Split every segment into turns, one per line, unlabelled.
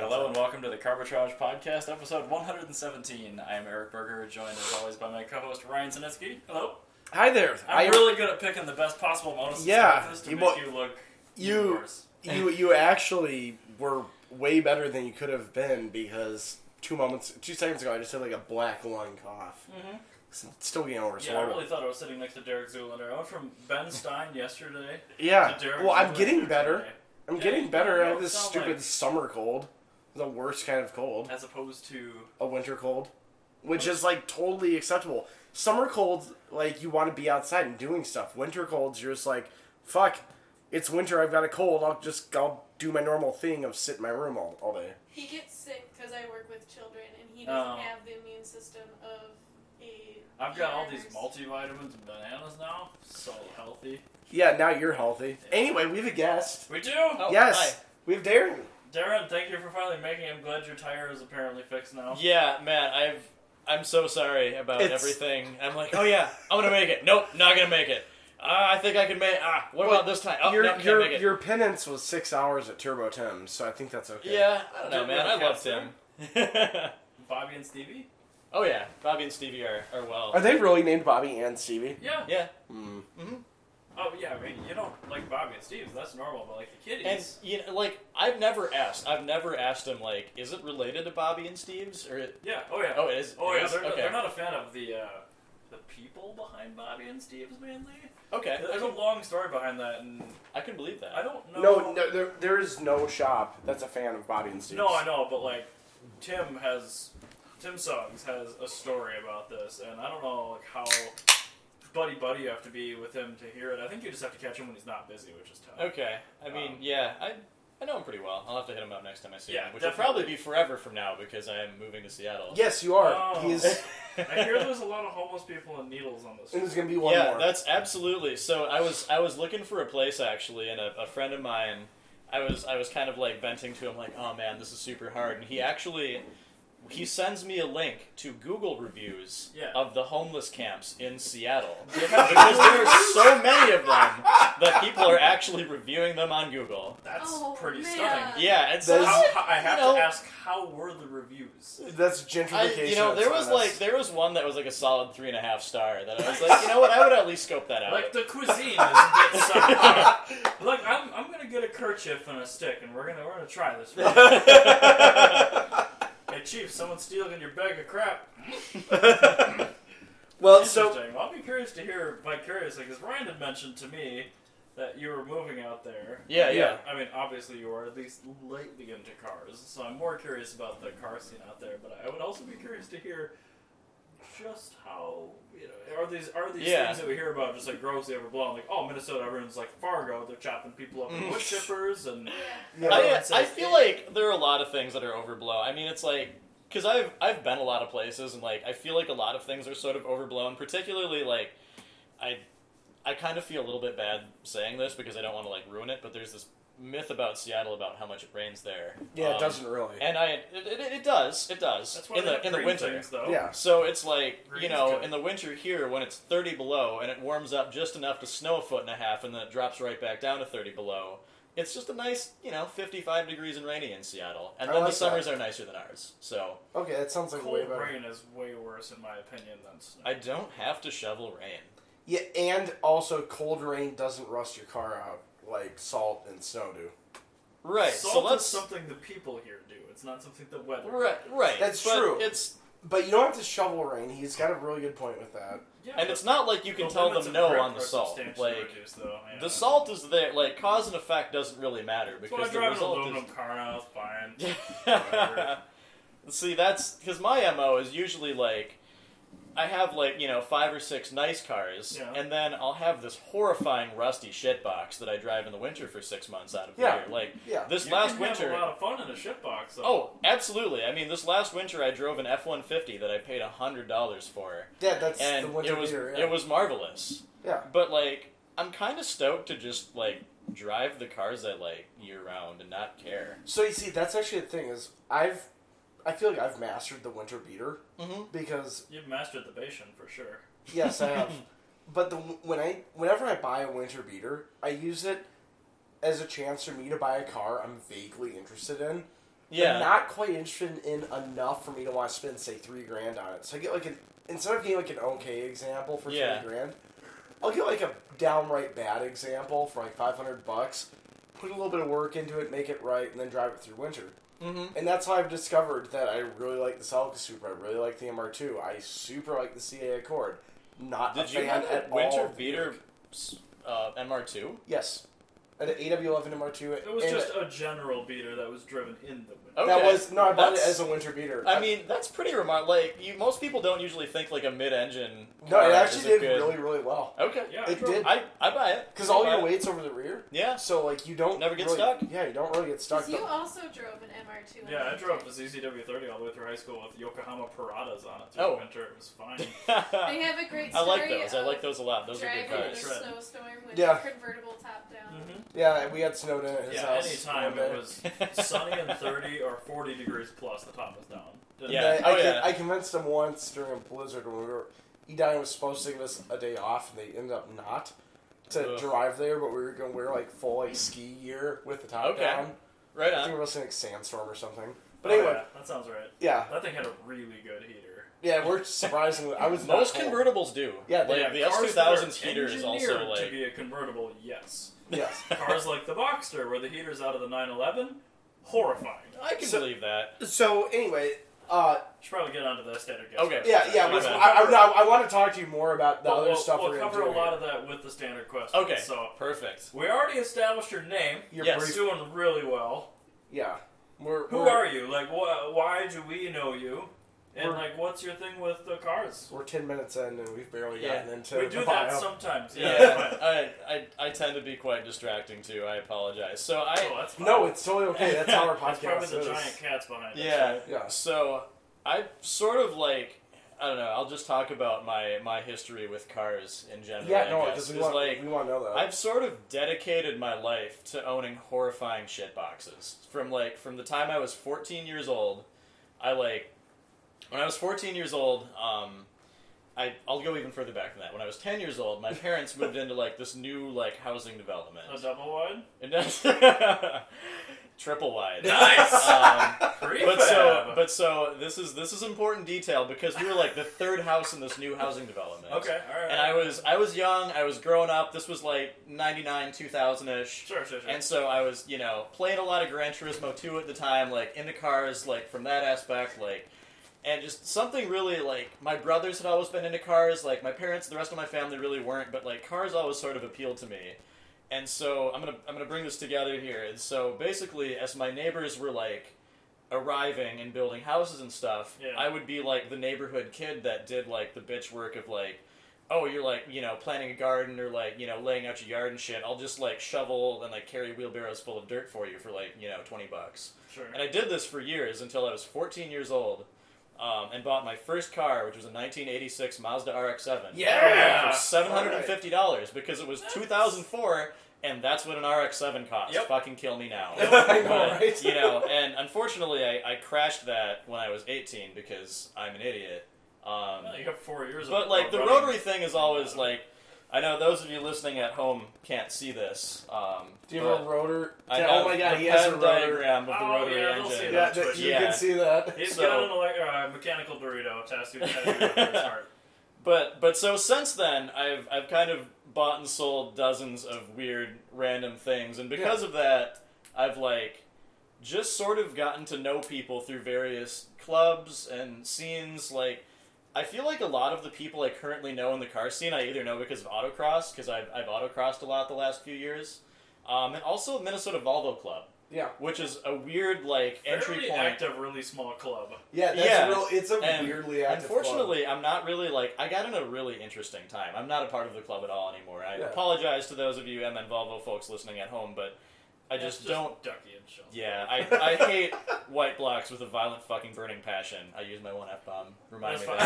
and welcome to the Carbitrage Podcast, episode 117. I am Eric Berger, joined as always by my co-host Ryan Sinitsky. Hello.
Hi there.
I'm
I-
really good at picking the best possible modus
Yeah,
to
you
make
mo-
you look
you
worse.
you you actually were way better than you could have been because two moments, two seconds ago, I just had like a black lung cough.
Mhm.
It's still getting worse.
Yeah, I really thought I was sitting next to Derek Zoolander. I went from Ben Stein yesterday
yeah.
to Derek.
Well, I'm
Zoolander
getting better.
today,
I'm
Yeah,
getting
you-
better
you
out of
don't
this
sound
stupid
like-
summer cold. The worst kind of cold,
as opposed to
a winter cold, which is like totally acceptable. Summer colds, like you want to be outside and doing stuff. Winter colds, you're just like, fuck, it's winter. I've got a cold. I'll just I'll do my normal thing of sit in my room all, all day.
He gets sick because I work with children, and he doesn't
Oh.
have the immune system of a.
I've got all these
nurse.
multivitamins and bananas now, so healthy.
Yeah, now you're healthy. Anyway, we have a guest.
We do.
Oh,
yes, we have Darren.
Darren, thank you for finally making. it. I'm glad your tire is apparently fixed now.
hi. Yeah, Matt, I've I'm so sorry about
It's-
everything. I'm like, oh yeah, I'm gonna make it. Nope, not gonna make it. Ah, I think I can make. Ah, what
Well,
about this time? Oh,
your,
no, can't
your,
make it.
your penance was six hours at Turbo Tim, so I think that's okay.
Yeah, I don't know,
Did
man. I
Matt
love
Kessler?
Tim.
Bobby and Stevie.
oh yeah, Bobby and Stevie are are well.
Are they really named Bobby and Stevie?
Yeah.
yeah,
Mm.
Oh yeah. I mean, you don't like Bobby and Steve. That's normal. But like the kitties.
and you know, like I've never asked. I've never asked him like, is it related to Bobby and Steve's or? It,
yeah. Oh yeah.
oh, it is.
Oh
it
yeah,
is?
they're,
okay.
they're not a fan of the uh, the people behind Bobby and Steve's mainly.
okay. I
There's a
can,
long story behind that, and
I can believe that.
I don't know.
No, no there, there is no shop that's a fan of Bobby and Stevie.
No, I know, but like Tim has Tim Songs has a story about this, and I don't know like how buddy buddy you have to be with him to hear it. I think you just have to catch him when he's not busy, which is tough.
Okay. I mean,
Um,
yeah, I I know him pretty well. I'll have to hit him up next time I see
Yeah,
him, which
definitely.
will probably be forever from now because I am moving to Seattle.
Yes, you are.
Oh.
He is, and
I hear there's a lot of homeless people and needles on this.
there's gonna be one
yeah,
more.
that's absolutely. So I was I was looking for a place actually, and a, a friend of mine, I was I was kind of like venting to him like, oh man, this is super hard, and he actually. He sends me a link to Google reviews
Yeah.
of the homeless camps in Seattle
Yeah.
because there are so many of them that people are actually reviewing them on Google.
That's
Oh,
pretty
man.
stunning.
Yeah, it's
Those-
How, how- I have
You know-
to ask, how were the reviews?
That's gentrification.
I, you know, there
that's
was
on us.
like there was one that was like a solid three and a half star that I was like, you know what, I would at least scope that out.
Like the cuisine is a bit subpar. Look, I'm, I'm gonna get a kerchief and a stick, and we're gonna we're gonna try this. one. hey, chief, someone's stealing your bag of crap.
well, so
Interesting. Well, I'll be curious to hear vicariously because Ryan had mentioned to me that you were moving out there.
yeah, yeah,
Yeah.
I mean, obviously you are at least lately into cars, so I'm more curious about the car scene out there. But I would also be curious to hear just how you know are these are these
Yeah.
things that we hear about just like grossly overblown? Like, oh, Minnesota, everyone's like Fargo, they're chopping people up in
Mm.
wood chippers, and
Yeah.
yeah,
I,
Everyone
I
says,
feel
"Eh."
like there are a lot of things that are overblown. I mean, it's like because I've I've been a lot of places and like I feel like a lot of things are sort of overblown. Particularly like I I kind of feel a little bit bad saying this because I don't want to like ruin it, but there's this myth about Seattle about how much it rains there.
yeah, it
Um,
doesn't really.
And I it, it, it does it does
that's why
in
they
the
have
in the
green
winter.
things, though.
yeah,
So it's like you
Green's
know,
good.
in the winter here, when it's thirty below and it warms up just enough to snow a foot and a half, and then it drops right back down to thirty below. It's just a nice, you know, fifty-five degrees and rainy in Seattle, and
I
then
like
the summers are nicer than ours. So
okay, that sounds like way
Cold
better.
rain is way worse, in my opinion, than snow.
I don't have to shovel rain.
Yeah, and also cold rain doesn't rust your car out like salt and snow do.
Right.
Salt
so let's.
is something the people here do. It's not something the weather.
Right. Right.
That's
but
true.
It's
But you don't have to shovel rain. He's got a really good point with that.
Yeah,
and it's not like you can tell them no on the salt. Like the salt is there. Like cause and effect doesn't really matter
That's why
because
I
the
drive an
result is
aluminum car now. It's fine.
Yeah. See, that's because my mo is usually like I have like you know five or six nice cars,
Yeah.
and then I'll have this horrifying rusty shit box that I drive in the winter for six months out of the
Yeah.
year. Like
Yeah.
this
You
last
can have
winter.
a lot of fun in a shitbox. Though.
Oh, absolutely. I mean, this last winter I drove an F one fifty that I paid hundred dollars for,
Yeah, that's
and
the winter
it was
beer. Yeah.
it was marvelous.
Yeah.
But like, I'm kind of stoked to just like drive the cars I like year round and not care.
So you see, that's actually the thing is I've I feel like I've mastered the winter beater
Mm-hmm.
because
you've mastered the Bashan for sure.
yes, I have. but the when I whenever I buy a winter beater, I use it as a chance for me to buy a car I'm vaguely interested in.
Yeah.
but not quite interested in enough for me to want to spend say three grand on it. So I get like an instead of getting like an okay example for
Yeah.
three grand, I'll get like a downright bad example for like five hundred bucks. Put a little bit of work into it, make it right, and then drive it through winter.
hmm
And that's how I've discovered that I really like the Celica Supra. I really like the MR2. I super like the CA Accord. Not a
Did you
fan
have
at
that winter
all. of the
beater
Lyric.
s- uh, MR2?
Yes, an AW11 MR2.
It was
and
just a general beater that was driven in the winter.
Oh.
that
okay.
was no. I bought it as
That's-
a winter beater.
I mean, that's pretty remarkable. Like, you, most people don't usually think like a mid-engine.
no,
car
it
is
actually
a
did
good-
really, really well.
Okay.
Yeah,
It
sure.
did.
I I buy it
Because all
I
your
buy it.
weight's over the rear,
Yeah.
so like you don't
Never get
really-
stuck.
Yeah, you don't really get stuck.
You
though.
also drove an MR2.
Yeah, I drove the ZCW30 all the way through high school with Yokohama Paradas on it through
Oh.
the winter. It was fine.
They
Ah. I
have a great story.
like those. I
of
like those a lot. Those are
driving in a
good Mm-hmm. cars.
Shred.
snowstorm with
Yeah.
a convertible top down.
Mhm.
Yeah, we had snowed in at his
Yeah,
house.
anytime
one
it
day.
was sunny and 30 or 40 degrees plus, the top was down. Didn't
Yeah.
it?
I, I
Oh,
con-
yeah.
I convinced them once during a blizzard when we were. Edine was supposed to give us a day off, and they ended up not to
Ugh.
drive there, but we were going to wear like full like ski gear with the top
Okay.
down.
Right
I think
on.
it was like sandstorm or something. But
Oh,
anyway,
yeah, that sounds right.
yeah,
That thing had a really good heater.
yeah, it worked surprisingly. I was not
Most
cold.
convertibles do.
Yeah,
like
they-
the S two
cars that are
thousands heater is also
engineered
like
to be a convertible. Yes,
Yes.
cars like the Boxster, where the heater's out of the 911, horrifying.
I can
So-
believe that.
So anyway, uh,
Should probably get onto the standard gas.
Okay.
yeah, yeah.
My
was-
bad.
I, I, no, I want to talk to you more about the
We'll,
other
we'll,
stuff
we'll
we're
cover
gonna do
a lot of that with the standard question.
Okay.
So
Perfect.
we already established your name.
You're
Yes.
You're doing really well.
Yeah. We're,
Who
we're,
are you? Like, wh- why do we know you? And
We're-
like, what's your thing with the cars?
We're 10 minutes in and we've barely
Yeah.
gotten into
We
the
do that
bio.
sometimes. Yeah.
Yeah, I, I I tend to be quite distracting too. I apologize. So I
but- oh, that's fine.
No, it's totally okay. That's how our
That's
podcast
probably
is.
the giant cats behind us.
Yeah.
Yeah.
So I sort of like I don't know. I'll just talk about my my history with cars in general.
Yeah,
I
no,
guess.
because we
'Cause,
want
like
we uh, want to know that.
I've sort of dedicated my life to owning horrifying shit boxes from like from the time I was 14 years old. I like when I was 14 years old. Um, I I'll go even further back than that. When I was 10 years old, my parents moved into like this new like housing development.
A double wide.
And that's triple wide.
Nice.
Um,
Prefab.
but so, but so this is this is important detail because we were like the third house in this new housing development.
okay, all right.
And I was I was young, I was growing up. This was like ninety nine, two thousand ish.
sure, sure, sure.
And so I was, you know, playing a lot of Gran Turismo 2 at the time, like into cars, like from that aspect, like, and just something really like my brothers had always been into cars, like my parents, the rest of my family really weren't, but like cars always sort of appealed to me. And so I'm gonna I'm gonna bring this together here. And so basically, as my neighbors were like arriving and building houses and stuff,
Yeah.
I would be like the neighborhood kid that did like the bitch work of like oh, you're like, you know, planting a garden or like, you know, laying out your yard and shit, I'll just like shovel and like carry wheelbarrows full of dirt for you for like, you know, 20 bucks.
sure.
And I did this for years until I was 14 years old um, and bought my first car, which was a 1986 Mazda RX 7.
Yeah!
For $750 because it was 2004 and that's what an RX 7 costs.
Yep.
Fucking kill me now.
I know,
But,
right?
you know, and unfortunately, I, I crashed that when I was 18 because I'm an idiot. Um,
Well, you have four years.
but
of
like the
running.
rotary thing is always like, I know those of you listening at home can't see this. Um,
Do you
but
have a rotor?
I
Yeah,
have
oh my god,
the
he has a
Venn
rotor.
diagram of the
Oh,
rotary
yeah, they'll see
engine.
Yeah, that, you
Yeah.
can see that.
He's
so-
got an elect- uh, mechanical Dorito attached to his head. to his heart.
But but so since then, I've I've kind of bought and sold dozens of weird random things, and because of that, I've like just sort of gotten to know people through various clubs and scenes. Like I feel like a lot of the people I currently know in the car scene, I either know because of autocross because I've I've autocrossed a lot the last few years, um, and also Minnesota Volvo Club,
Yeah,
which is a weird like entry
Fairly
point.
active, really small club.
yeah, that's
Yeah.
real. It's a
And
weirdly active. club.
Unfortunately, I'm not really like I got in a really interesting time. I'm not a part of the club at all anymore. I
Yeah.
apologize to those of you MN Volvo folks listening at home, but I
It's
just, don't.
Ducky and Shell.
Yeah, I, I hate white blocks with a violent fucking burning passion. I use my one f bomb. Remind
That's
me.
fine.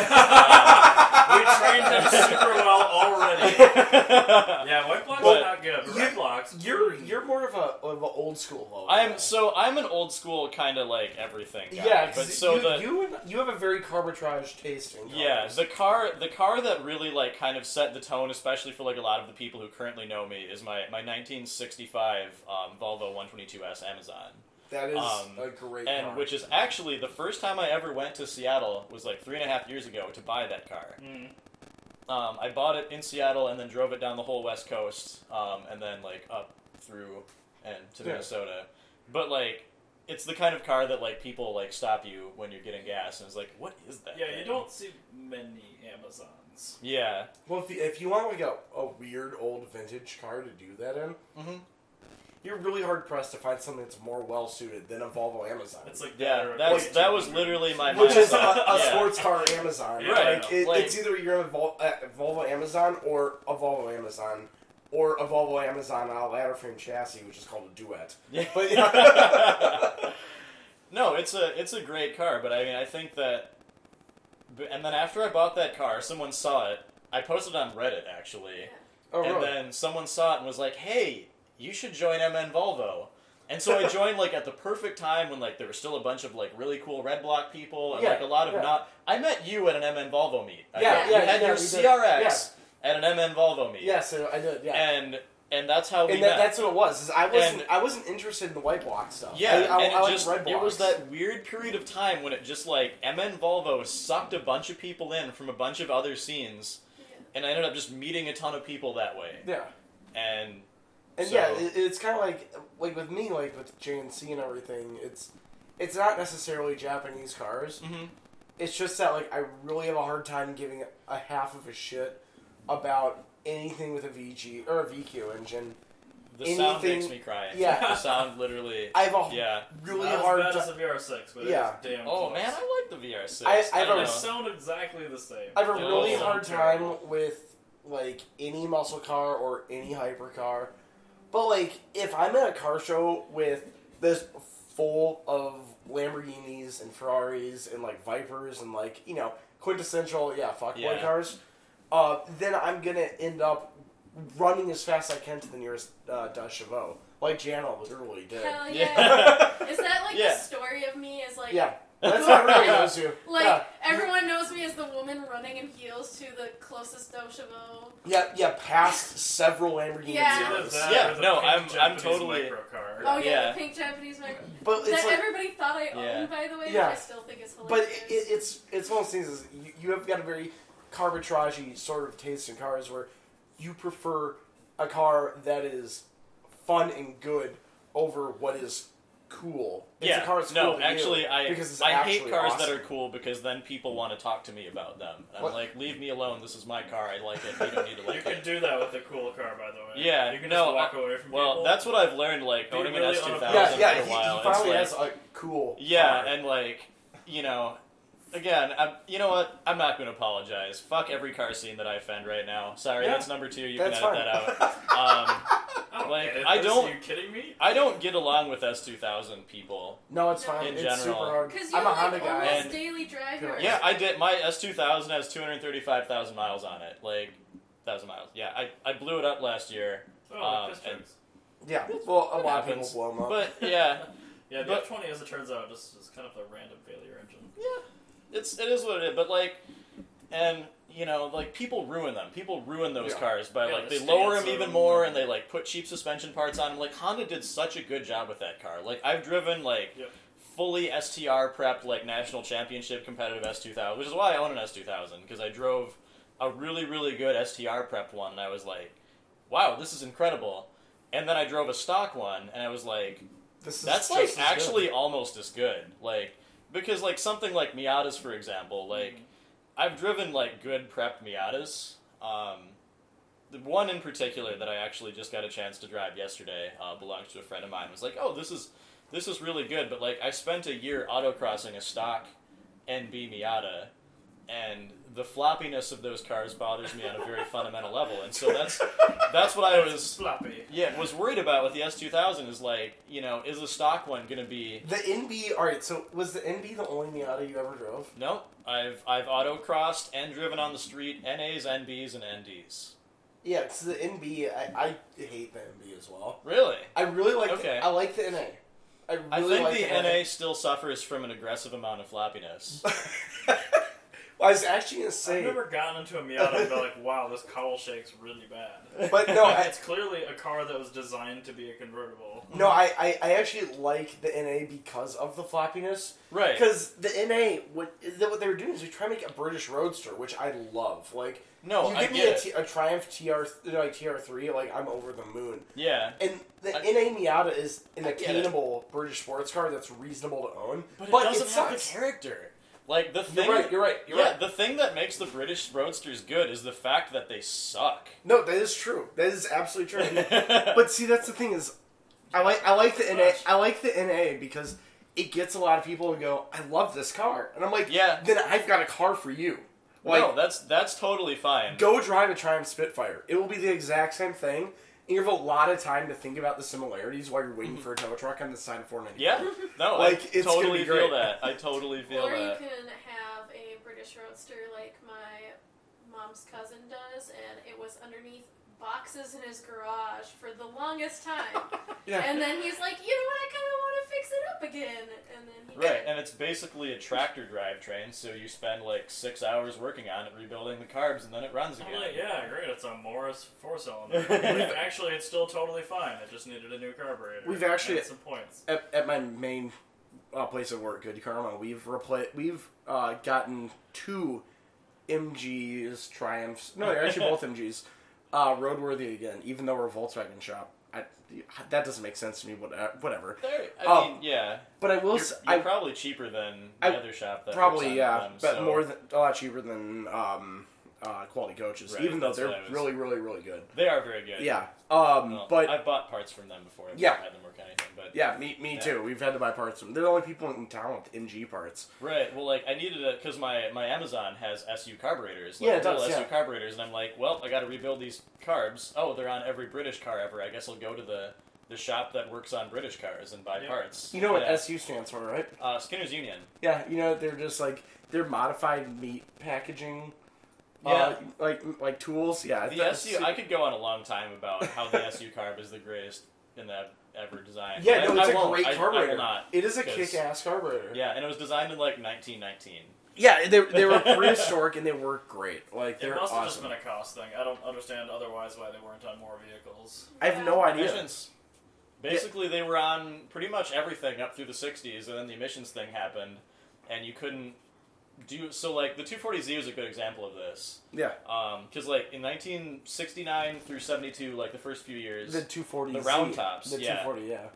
we trained
That.
them super well already.
Um,
Yeah, white blocks
But-
are not good. But
You-
red blocks.
you're you're more of a of an old school voter.
I'm so I'm an old school kind of like everything guy.
yeah,
but
'cause
so
you,
the
you and- you have a very carbitrage taste in cars.
Yeah, the car the car that really like kind of set the tone, especially for like a lot of the people who currently know me, is my my 1965 um, Volvo 122s Amazon.
That is
Um,
a great
and
car.
which is actually the first time I ever went to Seattle was like three and a half years ago to buy that car.
Mm.
Um, I bought it in Seattle and then drove it down the whole West Coast um, and then like up through and to
Yeah.
Minnesota. But like, it's the kind of car that like people like stop you when you're getting gas and it's like, what is that?
Yeah, you
thing?"
don't see many Amazons.
Yeah.
well, if you, if you want like a, a weird old vintage car to do that in,
Mm-hmm.
you're really hard pressed to find something that's more well suited than a Volvo Amazon.
It's like
Yeah.
that.
That's that was literally my
which is a,
mindset.
a
Yeah.
sports car Amazon,
Yeah,
right?
I
Like,
know.
it,
Like-
it's either you're a Vol- uh, Volvo Amazon or a Volvo Amazon, or a Volvo Amazon on a ladder frame chassis, which is called a duet.
Yeah.
But yeah.
no, it's a it's a great car, but I mean, I think that. b- And then after I bought that car, someone saw it. I posted it on Reddit actually,
Oh,
and
really?
then someone saw it and was like, "Hey, you should join MN Volvo." And so I joined like at the perfect time when like there were still a bunch of like really cool Red Block people and
Yeah,
like a lot of
yeah.
not. I met you at an MN Volvo meet. I
Yeah,
think.
yeah,
you had
yeah,
your
we did.
CRX at an MN Volvo meet.
yeah, so I did. Yeah.
and and that's how we
and
met.
that, that's what it was. Is I wasn't
And-
I wasn't interested in the white block stuff.
Yeah,
I, I,
and it
I like
just
red blocks.
it was that weird period of time when it just like MN Volvo sucked a bunch of people in from a bunch of other scenes,
Yeah.
and I ended up just meeting a ton of people that way.
yeah,
And
and
So-
yeah, it, it's kind of like like with me, like with JNC and everything. It's it's not necessarily Japanese cars.
mhm.
It's just that like I really have a hard time giving a half of a shit about anything with a VG or a VQ engine.
the sound
Anything-
makes me cry.
yeah.
the sound literally.
I have a
Yeah.
really
Not
hard
as bad
time.
as a VR6, but
Yeah.
it's damn
Oh
close.
man, I like the VR6.
I- I
don't
don't
They
know.
sound exactly the same.
I have a
Yeah,
really
those
hard
sound terrible.
time with like any muscle car or any hypercar. But like if I'm at a car show with this full of Lamborghinis and Ferraris and like Vipers and like, you know, quintessential yeah, fuckboy
Yeah.
cars, uh, then I'm gonna end up running as fast as I can to the nearest uh, Dodge Chavot, like Jana literally did.
Hell yeah.
Yeah.
Is that like
Yeah.
the story of me? Is like
Yeah, that's what everybody knows you.
Like
yeah.
everyone knows me as the woman running in heels to the closest Doshimo.
yeah, yeah, past several Lamborghinis.
She
Yeah.
lives that
Yeah,
with a
no,
pink
I'm- I'm
Japanese
totally-
microcar.
Oh yeah,
Yeah.
the pink Japanese man
But it's
that
like,
everybody thought I owned,
Yeah.
by the way,
Yeah.
which I still think is
But
hilarious.
it, it, it's it's one of those things is you, you have got a very carbitragey sort of taste in cars where you prefer a car that is fun and good over what is cool. It's
yeah,
a car that's
no,
cool to you
actually, I
because it's
I hate
actually
cars
awesome.
that are cool because then people want to talk to me about them. And I'm
What?
like, leave me alone. This is my car. I like it. You don't need to
You
like
can
it.
do that with a cool car, by the way.
Yeah,
you can
no,
just walk away from
Well,
people.
that's what I've learned. Like
Be
owning an
really
S two
yeah,
thousand
yeah.
for a
he-
while.
he
it's
finally
like-
has a cool.
Yeah,
car.
and like, you know, again, I'm, you know what? I'm not going to apologize. Fuck every car scene that I offend right now. Sorry,
Yeah.
that's number two. You
that's
can
fine.
edit that out. Um,
I don't
like,
get it.
I
This-
don't-
Are you kidding me?
I don't get along with S2000 people.
no, it's fine.
In
it's
general.
super hard.
because you
I'm a
like
Honda guy.
almost
And-
daily driver.
Yeah, I did. My S2000 has 235,000 miles on it. Like, 1,000 miles. Yeah, I, I blew it up last year.
Oh,
Um,
piss
and-
jokes.
yeah, well, a lot of
It
people
happens.
blow 'em up.
But yeah,
yeah, the
but-
F twenty, as it turns out, just is kind of a random failure engine.
it's it is what it is. But like, and you know, like people ruin them. People ruin those
Yeah.
cars by
Yeah,
like
the
they lower them
stance
even
of-
more, and they like put cheap suspension parts on them. Like Honda did such a good job with that car. Like I've driven like.
Yep.
Fully STR prepped, like national championship competitive S2000, which is why I own an S2000 because I drove a really, really good STR prepped one, and I was like, "Wow, this is incredible." And then I drove a stock one, and I was like,
this is
that's
just
like
as good.
actually almost as good. Like because like something like Miatas, for
Mm-hmm.
example, like I've driven like good prepped Miatas. Um, the one in particular that I actually just got a chance to drive yesterday uh, belongs to a friend of mine. Was like, oh, this is this is really good. But like I spent a year autocrossing a stock NB Miata, and the floppiness of those cars bothers me on a very fundamental level. And so that's that's what I was
floppy.
yeah, was worried about with the S two thousand is like, you know, is the stock one gonna be?
the NB. All right, so was the NB the only Miata you ever drove?
Nope, I've I've autocrossed and driven on the street NAs, NBs, and NDs.
Yeah, because the NB, I, I hate the NB as well.
Really,
I really like.
Okay.
The, I like the NA. I
I
really
think
like
the
the
NA still suffers from an aggressive amount of floppiness.
NA. I was actually gonna say,
I've never gotten into a Miata and been like, wow, this cowl shakes really bad.
but no, I,
it's clearly a car that was designed to be a convertible.
no, I, I, I actually like the NA because of the flappiness.
Right.
Because the NA, what that what they were doing is they try to make a British Roadster, which I love. Like,
No,
you
I
give me
get
a, T- a Triumph TR, like TR three, like I'm over the moon.
Yeah.
And the
I-
NA Miata is an
I get it.
attainable British sports car that's reasonable to own,
But it
but
doesn't have
sucks.
the character. Like the thing
You're right. You're right. You're
yeah,
right.
the thing that makes the British roadsters good is the fact that they suck.
No, that is true. That is absolutely true.
But see, that's the thing is, I like I like the NA.
Gosh.
I like the NA because it gets a lot of people to go. I love this car, and I'm like,
Yeah.
Then I've got a car for you. Like,
no, that's that's totally fine.
go drive a Triumph Spitfire. It will be the exact same thing. And you have a lot of time to think about the similarities while you're
Mm-hmm.
waiting for a tow truck on the side of 490.
yeah. No,
Like,
I
it's gonna
totally
be
feel
great.
that. I totally feel
or
that.
you can have a British roadster like my mom's cousin does, and it was underneath boxes in his garage for the longest time.
Yeah.
And then he's like, you know what? I kind of want to fix it up again. And then he
Right, and it's basically a tractor drivetrain, so you spend like six hours working on it, rebuilding the carbs, and then it runs
I'm
again.
like, yeah, great, it's a Morris four cylinder. actually, it's still totally fine. It just needed a new carburetor.
We've actually-
And some points.
At, at my main uh, place of work, Good Karma, we've repla- We've uh, gotten two MGs Triumphs. No, they're actually both MGs. Uh, roadworthy again, even though we're a Volkswagen shop. I, that doesn't make sense to me. What, uh, whatever.
There, I
Oh.
mean, yeah,
But I will.
you're,
s-
you're
I
probably cheaper than the
I-
other shop. That works
probably
on
yeah,
them,
but
so-
more than a lot cheaper than um, uh, quality coaches,
Right,
even though
that's
they're
what I was-
really, really, really good.
they are very good.
Yeah. Um,
Well,
but
I've bought parts from them before. I've
Yeah.
never had them work on anything, but
yeah, me, me
Yeah.
too. We've had to buy parts from. They're the only people in town with MG parts.
Right. Well, like I needed it because my my Amazon has SU carburetors. Like,
Yeah, it
real
does,
SU
yeah.
carburetors, and I'm like, well, I got to rebuild these carbs. Oh, they're on every British car ever. I guess I'll go to the the shop that works on British cars and buy
Yeah.
parts.
You know what
Yeah.
SU stands for, right?
Uh, Skinner's Union.
Yeah, you know they're just like they're modified meat packaging. Uh,
Yeah.
like like tools. Yeah. I
The
thought-
SU. I could go on a long time about how the SU carb is the greatest in that ever designed.
Yeah,
But
no,
I-
it's
I
a
won't.
great
I- I will
carburetor.
not,
it is a
'cause-
kick-ass carburetor.
Yeah, and it was designed in like 1919.
yeah, they, they were prehistoric and they work great. Like
It
they're
must have just
awesome.
been a cost thing. I don't understand otherwise why they weren't on more vehicles.
I have no idea.
Emissions. Basically, they were on pretty much everything up through the 60s, and then the emissions thing happened, and you couldn't do so. Like the 240Z is a good example of this,
Yeah.
because like in 1969 through 72, like the first few years,
The 240.
The round tops,
The
yeah.
240. Yeah.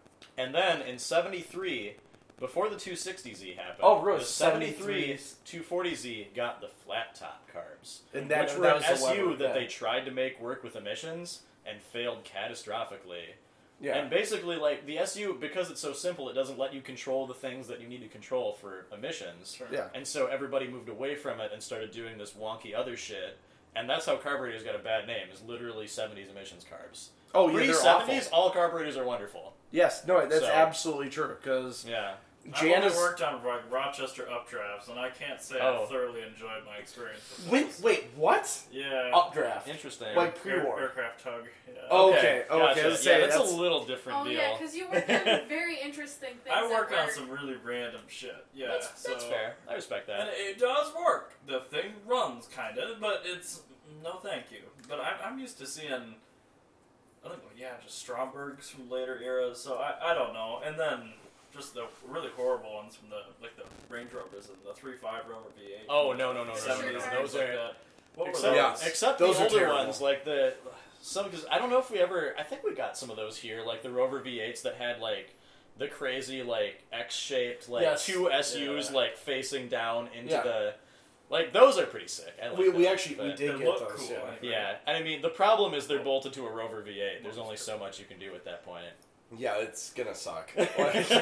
and then in 73, before the 260Z happened,
Oh, really?
the 73
73s.
240Z got the flat top carbs,
And that,
which
that
were an
was the
SU
lever,
that
yeah.
they tried to make work with emissions and failed catastrophically.
Yeah.
And basically, like the SU, because it's so simple, it doesn't let you control the things that you need to control for emissions.
Sure.
Yeah.
And so everybody moved away from it and started doing this wonky other shit. And that's how carburetors got a bad name. Is literally seventies emissions carbs.
oh yeah,
Pre
they're awful.
seventies, all carburetors are wonderful.
Yes, no, that's
So-
absolutely true. Because
Yeah.
I've
Jan
only
is
worked on like, Rochester updrafts, and I can't say
Oh.
I thoroughly enjoyed my experience. With
Wait,
those.
wait, what?
yeah,
Updraft.
Interesting.
Like
air-
pre-war?
aircraft tug. Yeah.
Oh, okay, okay,
Gotcha.
I was
yeah,
saying,
that's,
that's-
a little different
Oh
deal.
yeah, because you work on very interesting things.
I
at
work on
work.
some really random shit. Yeah,
that's,
so,
that's fair. I respect that.
And it does work. The thing runs kind of, but it's no thank you. But I'm, I'm used to seeing, I think, well, yeah, just Strombergs from later eras. So I, I don't know. And then just the really horrible ones from the like the Range Rovers and the three five Rover V eight.
Oh no no no no, no, no,
seventies
no.
and
Those
things like
are
that. What were
Except,
those?
Yeah.
except
Those
the
are
older
terrible.
ones, like the some because I don't know if we ever. I think we got some of those here, like the Rover V8s that had like the crazy like X-shaped like
Yes.
two SUs
Yeah.
like facing down into
Yeah.
the. Like those are pretty sick. I like
We, we
those,
actually we
but-
did
They
get
look
those.
cool.
Yeah.
Yeah, and I mean the problem is they're bolted to a Rover V8. There's only so much you can do at that point.
yeah, it's gonna suck.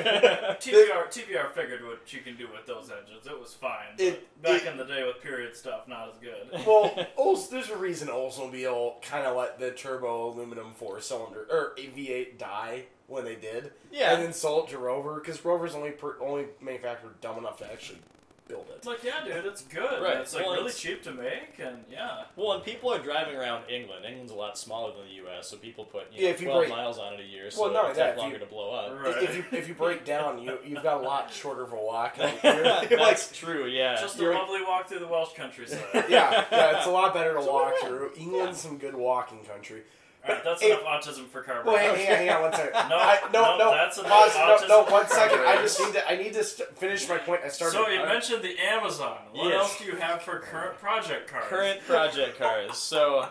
TBR, TBR figured what you can do with those engines. It was fine. but
It-
back
it-
in the day with period stuff, not as good.
well, Olds, there's a reason Oldsmobile kind of let the turbo aluminum four cylinder or a V8 die when they did,
yeah,
and then sold it to Rover because Rover's only per, only manufacturer dumb enough to actually build it.
It's like, yeah, dude, it's good.
Right.
It's like
Well,
really
it's-
cheap to make, and yeah.
Well, and people are driving around England. England's a lot smaller than the U.S., so people put you
Yeah,
know,
if you
12
break-
miles on it a year, so
Well, not
it'll
only that,
take
if you-
longer to blow up.
Right.
If you if you break down, you you've got a lot shorter of a walk. Like,
That's
you're- like,
true, yeah.
Just a
You're-
lovely walk through the Welsh countryside. All
yeah, yeah, it's a lot better to
So
walk
why not?
through. England's some good walking country.
right, that's
Hey-
enough autism for Carver.
Well, hang, hang on, hang on, one second.
No,
I, no,
no,
no,
that's enough
pause,
autism
no, no, one
for
second. I
Carver.
just need to, I need to st- finish my point. I started.
So you
I-
mentioned the Amazon. What
Yes.
else do you have for current project cards?
current project cars. So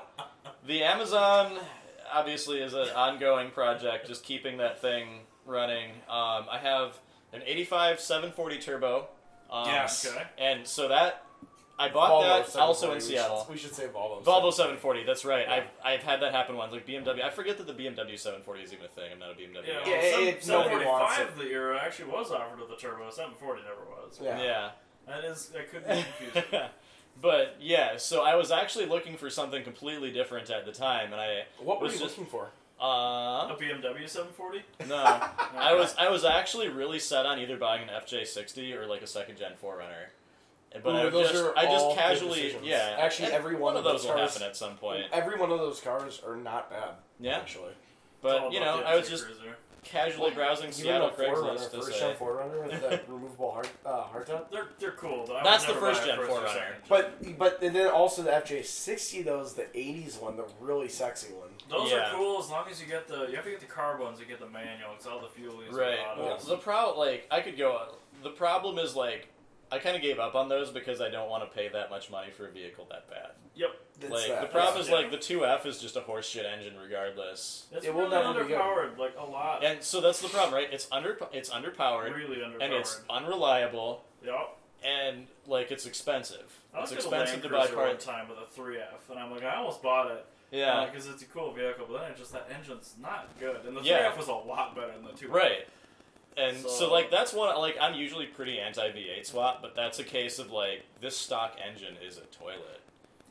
the Amazon obviously is an ongoing project, just keeping that thing running. Um, I have an 85 740 turbo. Um,
Yes. Okay.
And so that I bought that
740,
also in
we should-
Seattle.
We should say Volvo.
Volvo 740. That's right.
Yeah.
I've I've had that happen once. Like BMW. I forget that the BMW 740 is even a thing. I'm not a BMW.
Yeah,
guy.
Yeah,
well,
it-
some-
nobody wants
745 the era actually was offered with the turbo. 740 never was.
Yeah.
yeah.
That is that could be confusing.
but yeah, so I was actually looking for something completely different at the time, and I
What were
was
you
just-
looking for?
a
uh
BMW 740.
no. I was I was actually really set on either buying an FJ60 or like a second gen Forerunner, but
Ooh,
I
those
just
are
I just
all good
casually
decisions.
yeah.
Actually,
and
every one
one
of
of
those
those will
cars-
happen at some point.
Every one of those cars are not bad.
Yeah,
actually.
It's all
but you
about
know
the
I was
FJ
just
Cruiser.
casually browsing
Even
Seattle
the Forerunner,
Craigslist. to
first
say-
gen Forerunner with that removable hard uh, hardtop.
They're they're cool. Though. I would
That's the
never buy a
first gen
first or
4Runner.
second gen.
But but and then also the FJ60 though is the '80s one, the really sexy one.
Those
Yeah.
are cool as long as you get the you have to get the carb ones to get the manual because all the fuel is
Right.
auto.
The problem, like, I could go. The problem is, like, I kind of gave up on those because I don't want to pay that much money for a vehicle that bad.
That's
like,
that.
the problem is,
yeah.
like, the 2F is just a horseshit engine, regardless.
It's
It
it
will
really
never be good.
underpowered, like a lot.
And so that's the problem, right? It's under, it's underpowered,
really underpowered.
and it's unreliable,
yep.
and like, it's expensive.
I was
it's
gonna
expensive
Land
to buy
Cruiser one
parts.
time with a 3F, and I'm like, I almost bought it.
Yeah.
Because it's a cool vehicle, but then it just that engine's not good, and the 3F
Yeah.
was a lot better than the two.
Right. And so,
So-
like that's one like I'm usually pretty anti V8 swap, but that's a case of like this stock engine is a toilet.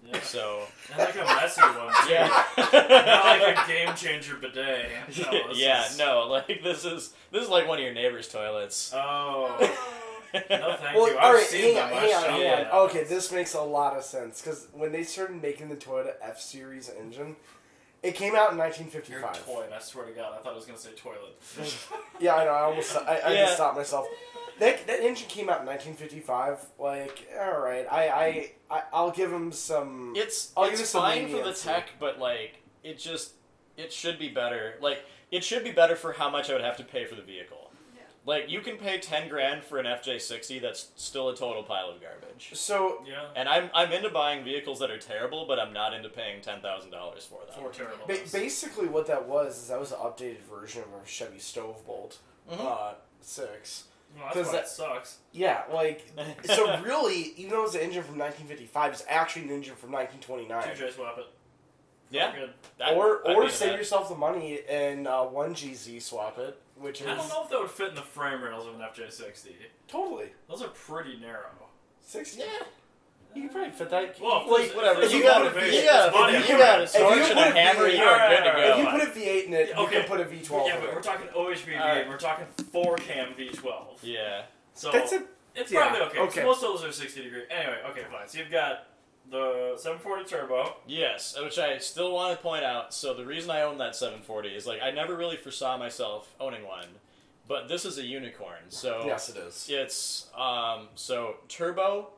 Yeah.
So
And like a messy one. Too.
yeah,
Not like a game changer bidet. No, this
yeah,
is-
no, like this is this is like one of your neighbor's toilets.
Oh.
Oh.
No, thank
Well,
you. I've
all right,
seen
hang on,
them. I've
hang on,
shown
hang
yeah.
them.
on. Okay, this makes a lot of sense because when they started making the Toyota F Series engine, it came out in
Your
1955.
toilet. I swear to God, I thought I was gonna say toilet.
Yeah, I know. I almost I, I
Yeah.
just stopped myself. That, that engine came out in 1955. Like, all right, I I, I I'll give him some.
It's
I'll give you
it's
some
fine for the
leniency.
tech, but like it just it should be better. Like it should be better for how much I would have to pay for the vehicle.
Yeah.
Like you can pay ten grand for an FJ60 that's still a total pile of garbage.
So
yeah.
And I'm I'm into buying vehicles that are terrible, but I'm not into paying ten thousand dollars for them.
Four terrible.
ba- basically, what that was is that was an updated version of our Chevy Stovebolt
Mm-hmm.
Mhm.
uh, six.
Well, that's
'Cause
why
that-
it sucks.
Yeah, like so really, even though it's an engine from 1955, it's actually an engine from 1929.
TJ swap it.
yeah,
Good.
I-
or
I'd be
or
into
save
that.
yourself the money and uh, one GZ swap it, which is
I don't know if that would fit in the frame rails of an FJ60.
totally
Those are pretty narrow.
six.
Yeah,
You can probably fit that.
Well, if
Like,
there's-
whatever.
If
You
you
got
got
a-
a
you
got a-
you got a
Torch
If you
and
put
a
a
hammer,
V8
you are good to
Alright,
if
go.
you put a V8 in it, you
Okay.
can put a V12.
Yeah,
in
but
it.
we're talking OHV V8.
Alright.
We're talking four cam V12.
yeah,
So
That's a
it's
yeah,
probably okay.
okay.
Most of those are 60 degree. Anyway, okay, fine. So you've got the 740 turbo.
yes. Which I still want to point out. So the reason I own that 740 is like I never really foresaw myself owning one, but this is a unicorn. So
yes, it is.
it's um so turbo,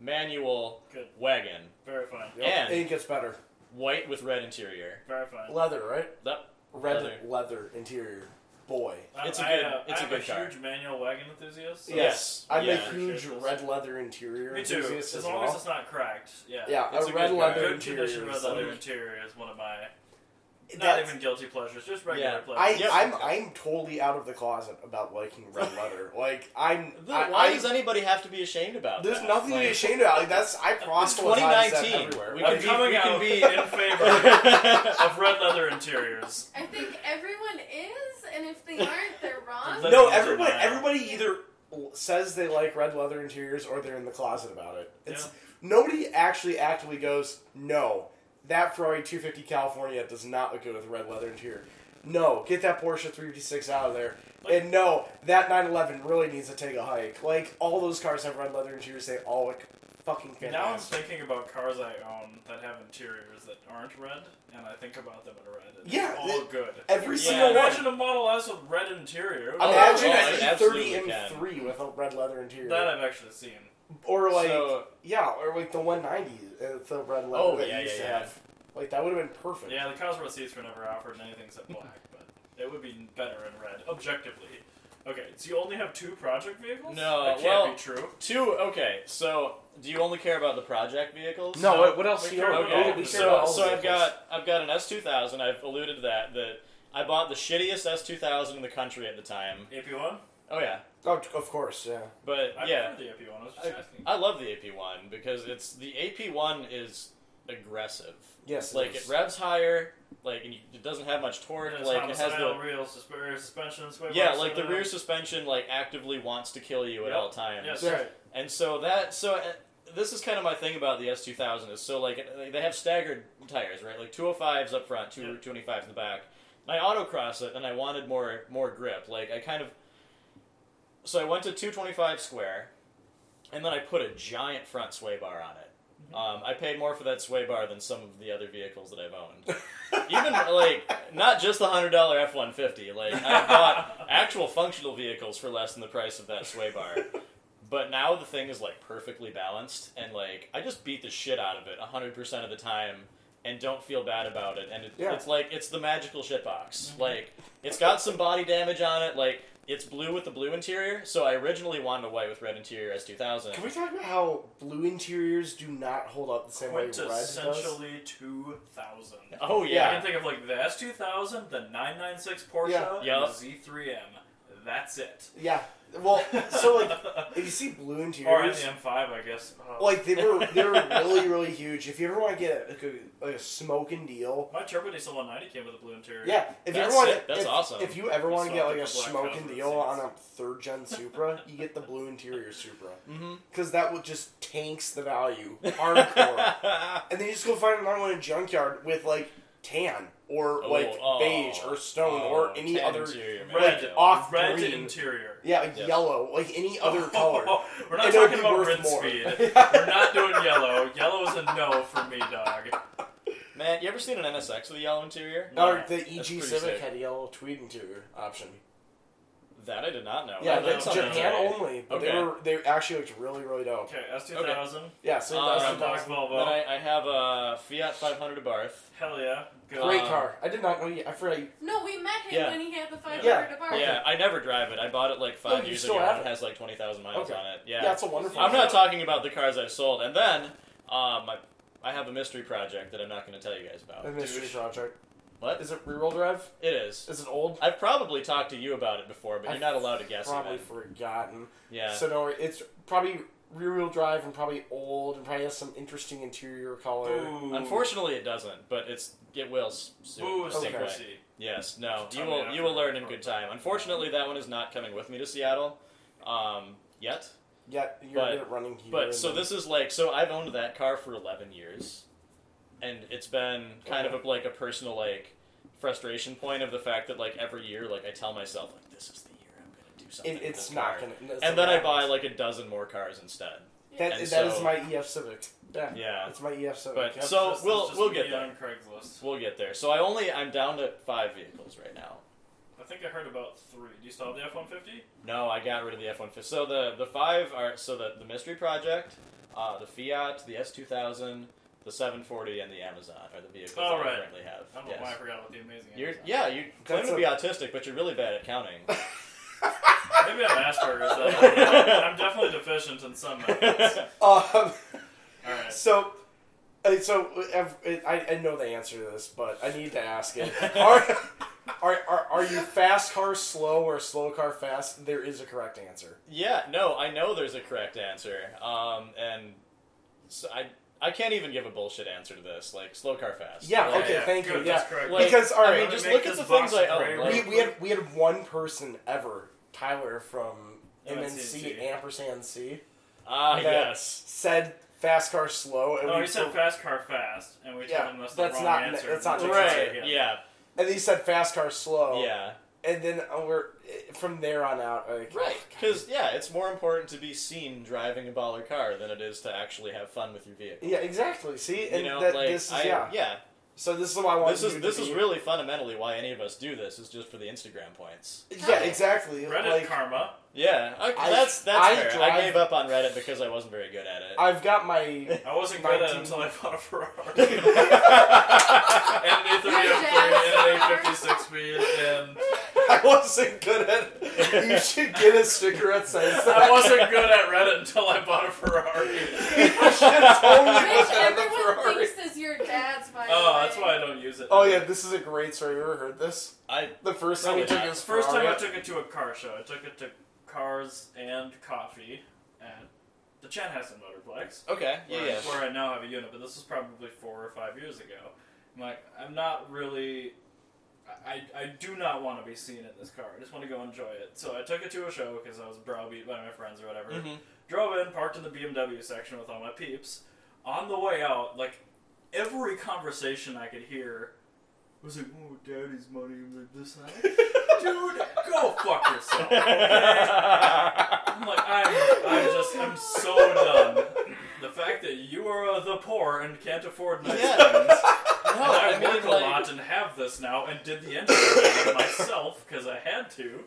manual,
Good.
wagon,
Very fine.
Yep.
And-
it gets better.
white with red interior.
Very fine.
Leather, right?
That
Red
Leather.
leather interior. Boy.
I'm-
It's a
I,
good-
uh,
it's a
I'm
good car.
huge manual wagon enthusiast. so-
Yes, I'm
Yeah.
a huge
Appreciate this.
red leather interior.
Me too.
enthusiast
As long as it's not cracked. Yeah.
Yeah,
It's
a
a
red
good
leather
car.
Good
interior.
condition red
is
leather
like-
interior is one of my not
That's,
even guilty pleasures, just regular
Yeah.
pleasures.
I,
Yep.
I'm I'm totally out of the closet about liking red leather. Like I'm.
Then
I,
why
I-
does anybody have to be ashamed about?
there's
that?
nothing to be
Like-
ashamed about. Like that's I proselytize that
2019.
everywhere.
We
Like,
I'm
can be-
coming
we can
out
be-
in favor of red leather interiors.
I think everyone is, and if they aren't, they're wrong.
Let-
no,
Leather
everybody
design.
everybody either says they like red leather interiors or they're in the closet about it. It's
Yeah.
nobody actually actively goes, "No, that Ferrari 250 California does not look good with a red leather interior." no, get that Porsche 356 out of there. And no, that 911 really needs to take a hike. Like, all those cars have red leather interiors. They all look fucking
Now I'm
fantastic.
thinking about cars I own that have interiors that aren't red, and I think about them in red. And
Yeah,
they're all
they-
good.
Every
Yeah,
single one.
imagine a Model S with red interior.
Oh,
Imagine
oh, it
an E30
absolutely can.
M3 with a red leather interior.
that uh, I've actually seen.
or, like,
So-
yeah, or like the 190, uh, the red leather
Oh,
that
yeah,
you used
yeah,
to
yeah.
have. Like, that would have been perfect.
Yeah, the Cosworth seats were never offered in anything except black, but it would be better in red, objectively. Okay, so you only have two project vehicles?
No,
that can't
well-
be true.
Two. Okay, so do you only care about the project vehicles?
No, what, what else
we
do you
care
know?
about all
We-
of
we
it.
care about
So,
all
so
of
I've
vehicles.
got I've got an S two thousand. I've alluded to that that I bought the shittiest S two thousand in the country at the time.
AP1?
Oh yeah,
Oh, of course, yeah.
but
I
yeah,
prefer the AP1, I was just
I,
asking.
I love the AP one because it's the AP one is aggressive.
Yes, it
like
is.
it revs higher, like and you, it doesn't have much torque.
And it's
Like it has
homicidal,
the
real sus- rear suspension, sway
yeah,
bars,
like the
uh,
rear suspension like actively wants to kill you at
Yep.
all times.
Yes,
Yeah.
right.
And so that so uh, this is kind of my thing about the S two thousand is so like they have staggered tires right like two hundred fives up front, two
Yeah.
two hundred fives in the back. And I autocross it and I wanted more more grip. Like I kind of so I went to two twenty five square, and then I put a giant front sway bar on it. Um, I paid more for that sway bar than some of the other vehicles that I've owned. Even like not just the hundred dollar F one fifty. Like I bought actual functional vehicles for less than the price of that sway bar. But now the thing is like perfectly balanced, and like I just beat the shit out of it hundred percent of the time, and don't feel bad about it. And it,
Yeah.
it's like it's the magical shit box. Like it's got some body damage on it. Like it's blue with the blue interior. So I originally wanted a white with red interior S two thousand.
Can we talk about how blue interiors do not hold up the same way red does?
Quintessentially 2000.
Oh
I
yeah,
can think of like the S2000, the 996 Porsche,
Yeah.
and
Yup.
the Z3M. That's it.
Yeah. Well, so like, if you see blue
or in the
interiors,
M5, I guess. Uh,
like they were they were really really huge. If you ever want to get a, like a like a smoking deal,
my Turbo Diesel 190 came with a blue interior.
yeah. If you
That's
ever want,
sick. That's
if,
awesome.
If you ever want
Just
to get
not
like a
like the black
smoking
cover
deal on
seats.
a third gen Supra, you get the blue interior Supra
Mhm.
because that would just tanks the value hardcore. and then you just go find another one in a junkyard with like tan or
Oh,
like
oh,
beige or stone
oh,
or any
tan
other
interior, man.
Red,
Like,
Yeah.
off
red
green.
interior.
Yeah, like
Yes.
yellow, like any other color.
We're not
And it'll
talking
be
about
worth
red
more.
speed. We're not doing yellow. Yellow is a no for me, dog.
man. You ever seen an NSX with a yellow interior?
Or the
That's
EG
pretty
Civic
sick.
had a yellow tweed interior option.
That I did not know.
Yeah,
Oh, I learned
that's
that's
something
Japan
today.
only, but
Okay.
they were they actually looked really really dope.
Okay, S2000.
Yeah, so
Uh,
that's
Red Box
Um,
that's
Then
Volvo.
I, I have a Fiat 500 Abarth.
Hell yeah. Good.
great
Um,
car. I did not know. you- I forgot. You,
No, we met him
Yeah.
when he had the 500
Yeah.
apart.
Yeah, I never drive it. I bought it like
No,
five
Oh, you
years
still
ago.
have
and It
it.
has like 20,000 miles
Okay.
on it.
yeah.
Yeah.
it's a wonderful.
I'm
car.
not talking about the cars I've sold. And then um, I, I have a mystery project that I'm not going to tell you guys
A
about.
mystery project.
What?
is it? Reroll drive?
It is.
Is it old?
I've probably talked to you about it before, but you're
I've
not allowed to guess
Probably
it.
forgotten.
Yeah.
So don't worry. It's probably rear-wheel drive and probably old and probably has some interesting interior color.
Boo.
Unfortunately, it doesn't, but it's it will s- soon.
Boo,
Same way.
secrecy.
Yes, no.
Just
You
tell me
will
after
you will
the
learn in
recording.
good time. Unfortunately, that one is not coming with me to Seattle um, yet.
Yet you're
But-
good at running here.
But
and
so
then-
this is like so I've owned that car for 11 years. And it's been kind of a, like a personal like frustration point of the fact that like every year like I tell myself like this is the year I'm going to do something.
it,
with
it's
this
not
car.
gonna. that's
And
not
then I
gonna
buy
happen.
like a dozen more cars instead.
That,
and
that is
so-
my EF Civic. Yeah.
Yeah.
It's my EF Civic.
But
yep.
so
This is
we'll
just
we'll
me
get there.
on Craigslist.
We'll get there. So I only I'm down to 5 vehicles right now.
I think I heard about three. Do you still have the F-150?
No, I got rid of the F one fifty. So the the five are so the the mystery project, uh, the Fiat, the S two thousand, the seven forty, and the Amazon are the vehicles
All
that I
right.
currently have.
I don't know why I
Yes.
forgot about the amazing.
You're,
Amazon.
yeah, you claim
That's
to
a-
be autistic, but you're really bad at counting.
Maybe I'm Asperger's. though. I'm definitely deficient in some methods.
Um,
All right.
so, uh, so uh, ev- I, I know the answer to this, but I need to ask it. Are, are, are, are you fast car slow or slow car fast? There is a correct answer.
yeah, no, I know there's a correct answer, um, and so I I can't even give a bullshit answer to this. Like slow car fast.
Yeah,
Like,
okay, thank you,
Good,
yeah.
That's correct.
Like,
because all
I
right,
mean, just
Make
look at
this
the things
box
I own.
gray,
Like,
we, we had we had one person ever, Tyler from
MNC.
MNC ampersand C,
ah,
that
yes.
said fast car slow, and
No,
we
he Oh, said
told-
fast car fast, and we
Yeah,
told him that's the
that's
wrong
not-
answer.
that's not
Which is
right,
right,
Yeah.
And he said fast car slow.
Yeah.
And then uh, we're from there on out. Like,
Right. Because, yeah, it's more important to be seen driving a baller car than it is to actually have fun with your vehicle.
Yeah, exactly. See, and
you know,
that,
like,
this is
I,
yeah.
yeah.
So this is why I wanted
This is
you
this
to
is
be-
really fundamentally why any of us do this is just for the Instagram points.
yeah exactly
Reddit
like
karma.
Yeah, I,
I-
that's that's
I
fair. I
drive-
gave up on Reddit because I wasn't very good at it.
I've got my
I wasn't good at it
19.
until I bought a Ferrari. and an A3 M3 and an A56 speed, and
I wasn't good at. You should get a cigarette size.
I wasn't good at Reddit until I bought a Ferrari.
You should totally
Which
put that on the
everyone
Ferrari.
thinks is your dad's, by the
Oh,
way.
that's why I don't use it.
Oh yeah, this is a great story. You ever heard this?
I
The first time we
Probably
took
not.
his
First time I
Ferrari-
took it to a car show, I took it to Cars and Coffee at the Chanhassen Motorplex.
okay, yeah,
where,
yeah.
where I now have a unit, but this was probably four or five years ago. I'm like, I'm not really. I, I I do not want to be seen in this car. I just want to go enjoy it. So I took it to a show because I was browbeat by my friends or
Mm-hmm.
whatever.
Mhm.
Drove in, parked in the BMW section with all my peeps. On the way out, like every conversation I could hear was like, "Oh, daddy's money like this." and that."
Mm-hmm.
Dude, go fuck yourself. okay? I'm like, I'm, I'm just, I'm so done. The fact that you are uh, the poor and can't afford nice
Yeah.
things.
No,
and I,
I mean,
work a
like-
lot and have this now and did the engineering myself because I had to.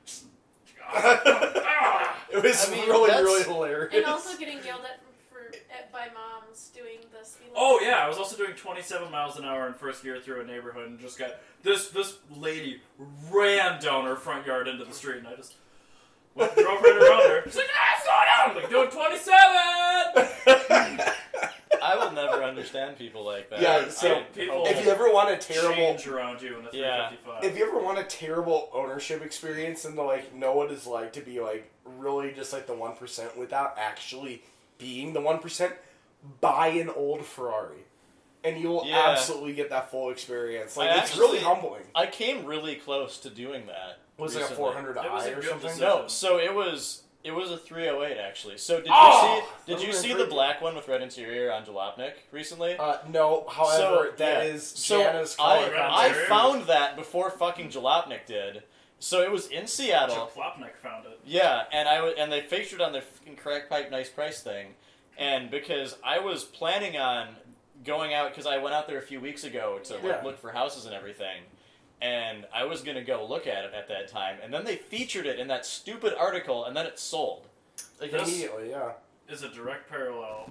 Ah.
It was
I mean,
really
that's-
really hilarious.
And also getting yelled at for, at by moms doing the speed limit.
oh yeah, I was also doing 27 miles an hour in first gear through a neighborhood and just got this this lady ran down her front yard into the street and I just went, drove right around her. She's like, ah, slow down! I'm like doing 27.
I will never understand people like that.
Yeah, so-
I-
People-
if you ever want a terrible,
change around you in a
Yeah.
355.
if you ever want a terrible ownership experience, and to like know what it's like to be like really just like the one percent without actually being the one percent, buy an old Ferrari, and you will
Yeah.
absolutely get that full experience. Like
I
it's
actually-
really humbling.
I came really close to doing that.
Was it a
recently.
four hundred i
It was a
or
good
something?
decision.
No, so it was it was a 308 actually. So did you
Oh!
see did
That
you
was
see
great.
the black one with red interior on Jalopnik recently?
Uh, no. However, that
yeah.
is
so
Jana's
I,
color.
I
commentary.
found that before fucking Jalopnik did. So it was in Seattle.
Plopnik found it.
Yeah, and I w- and they featured on their fucking crack pipe nice price thing, and because I was planning on going out because I went out there a few weeks ago to like,
Yeah.
look for houses and everything, and I was gonna go look at it at that time, and then they featured it in that stupid article, and then it sold.
Like,
This-
immediately, yeah.
Is a direct parallel.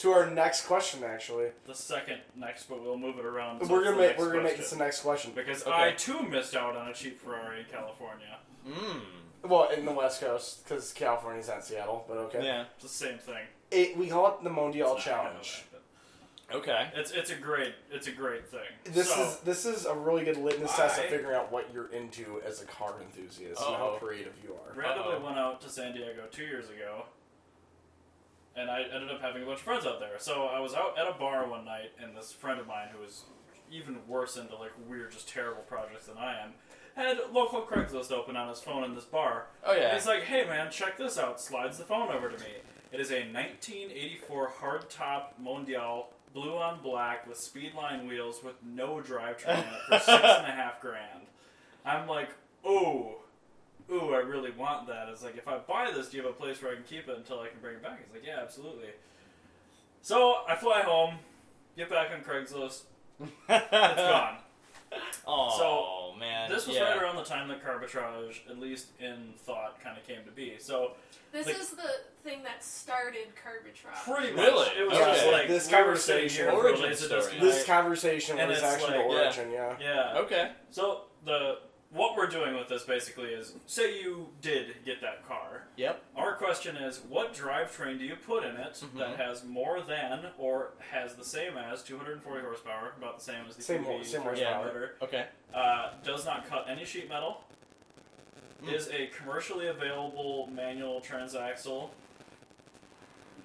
To our next question, actually,
The second next, but we'll move it around. so
we're gonna
it's the
make
next
we're gonna make this the
question.
next question.
because
Okay.
I too missed out on a cheap Ferrari in California.
Mm.
Well, in the West Coast, because California's not Seattle, but okay.
Yeah.
It's the same thing.
It, we call it the
It's
Mondial
not
Challenge.
gonna happen.
Okay.
It's it's a great it's a great thing.
This
so,
is this is a really good litmus test of
I-
figuring out what you're into as a car enthusiast and
Oh.
how creative you are.
randomly
Uh-oh.
went out to San Diego two years ago, and I ended up having a bunch of friends out there. So I was out at a bar one night, and this friend of mine who was even worse into like weird, just terrible projects than I am, had local Craigslist open on his phone in this bar.
Oh
And
yeah.
he's like, "Hey man, check this out." Slides the phone over to me. It is a 1984 hardtop Mondial, blue on black, with speedline wheels, with no drivetrain on it for six and a half grand. I'm like, "Oh, ooh, I really want that." It's like, if I buy this, do you have a place where I can keep it until I can bring it back? He's like, "Yeah, absolutely." So I fly home, get back on Craigslist. It's gone.
Oh man.
This was
yeah.
right around the time that Carbitrage, at least in thought, kind of came to be. So.
This
Like-
is the thing that started Carbitrage.
Pretty
Really?
much. It was
Yeah.
just
Okay.
like
This
we were sitting
conversation-
here for
Origin
Laser
story.
Disc
This
Night.
conversation
And
was
it's
actually
like-
the
yeah.
origin, yeah.
Yeah.
Okay.
So the what we're doing with this basically is say you did get that car.
Yep.
Our question is what drivetrain do you put in it
Mm-hmm.
that has more than or has the same as 240 horsepower, about the same as the
Same
QB,
hor- same
horsepower.
horsepower.
Okay.
Uh, does not cut any sheet metal.
Hmm.
Mm.
Is a commercially available manual transaxle.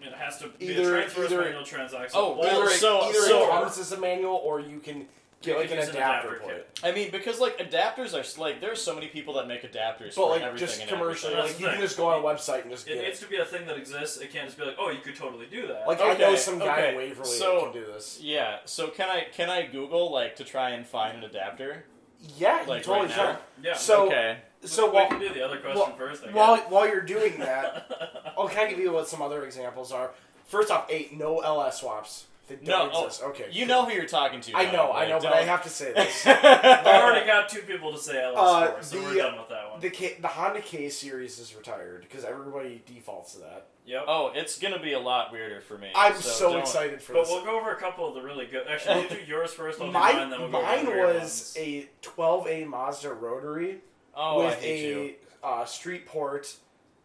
It has to be
Either-
a transverse
either-
manual transaxle.
Oh,
or
well,
either it,
so-
either
so-
it comes as a manual or you can get
You
like
could
an
use an
adapter
adapter
port.
kit.
I mean, because like adapters are s- like there are so many people that make
But
adapters for
like
everything
just
and
commercially,
everything.
That's
like
the
you can
thing.
just go on a website and just
It
get
needs
it.
to be a thing that exists. It can't just be like, oh, you could totally do that.
Like I
Okay,
know some guy
okay.
in Waverly
So-
that can do this.
Yeah. So can I can I Google like to try and find an adapter?
Yeah, you
Like,
totally
right
can.
now?
yeah.
So
okay.
so
we,
while,
can do the other question
well,
first. I
while
guess.
while you're doing that, oh, I'll kind of give you what some other examples are. First off, eight no LS swaps. They
No,
don't
oh,
exist. okay,
You
cool.
know who you're talking to.
I
now,
know,
like,
I know, but
don't-
I have to say this.
I already got two people to say LS4,
Uh,
so
the-
we're done with that one.
the K, the Honda K series is retired because everybody defaults to that.
yep.
oh, it's gonna be a lot weirder for me.
I'm so,
so, don't-
excited for
But
this.
we'll go over a couple of the really good. Actually, you do yours first. I'll do
mine
mine, then we'll go over
mine
the weird
was
ones.
a 12A Mazda rotary
Oh, I
with
hate
a
you.
Uh, street port,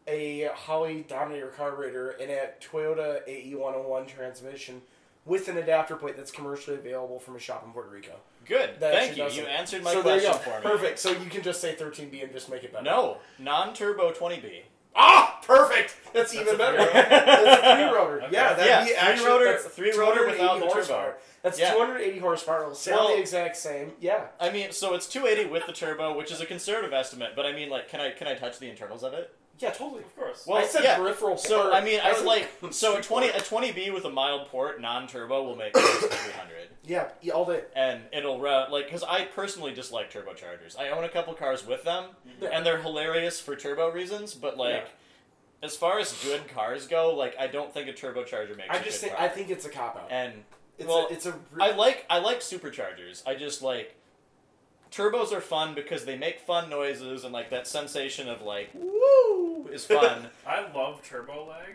a Holly Dominator carburetor, and a E Toyota AE101 transmission with an adapter plate that's commercially available from a shop in Puerto Rico.
Good.
that
Thank
she
you.
doesn't.
You answered my
so there you
question
go.
for me.
Perfect. So you can just say 13B and just make it better.
No, non-turbo 20B.
Ah, perfect. That's,
That's
even
a
better.
three rotor.
that's a three rotor.
Okay.
Yeah, that'd
Yeah,
be
three
actually,
rotor-
that's
three rotor without
280
the turbo.
horsepower. That's
Yeah.
280 horsepower. It'll sound
Well-
the exact same. Yeah.
I mean, so it's 280 with the turbo, which is a conservative estimate. But I mean, like, can I can I touch the internals of it?
Yeah, totally.
Of course.
Well,
I said
yeah.
peripheral.
So
or-
I mean, I was
said-
like, so a 20 a 20B with a mild port, non-turbo, will make close to 300.
yeah, yeah, all day.
and it'll route like because I personally dislike turbochargers. I own a couple cars with them,
Yeah.
and they're hilarious for turbo reasons. But like, as far as good cars go, like I don't think a turbocharger makes.
I
a
just
good
think
car.
I think it's a cop out.
and
It's
well,
a, it's a
I
re-
like I like superchargers. I just like turbos are fun because they make fun noises and like that sensation of like woo is fun.
I love turbo lag.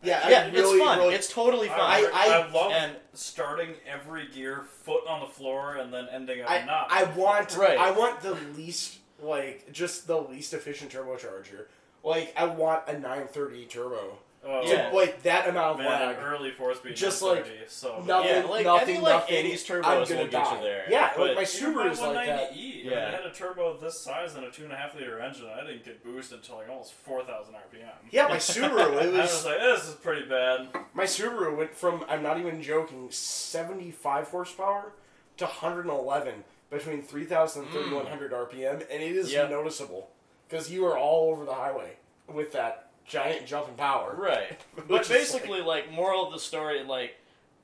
yeah, I
yeah,
really,
it's fun.
really-
it's totally fun.
I,
I-
I, love
and
starting every gear foot on the floor and then ending up
I,
not.
I want
Right.
I want the least like just the least efficient turbocharger. Like I want a 930 turbo.
Oh,
Yeah.
To, like that amount of
man,
lag.
early four speed.
Just
is
like
30, so
Nothing,
Yeah, like,
nothing,
any, like,
nothing.
80s turbos
I'm
will
gonna
get you
die.
there,
Yeah, like
but-
my
Even my
Subaru's like that.
190E,
Yeah.
I E. had a turbo this size and a two and a half liter engine. I didn't get boost until like almost four thousand RPM.
Yeah, my Subaru. It
I was
was
like, this is pretty bad.
my Subaru went from I'm not even joking, 75 horsepower to 111 between 3,000 and
Hmm.
3,100 RPM, and it is
Yep.
noticeable because you are all over the highway with that giant jump in power.
Right.
Which
But
is
basically, like, moral of the story, like,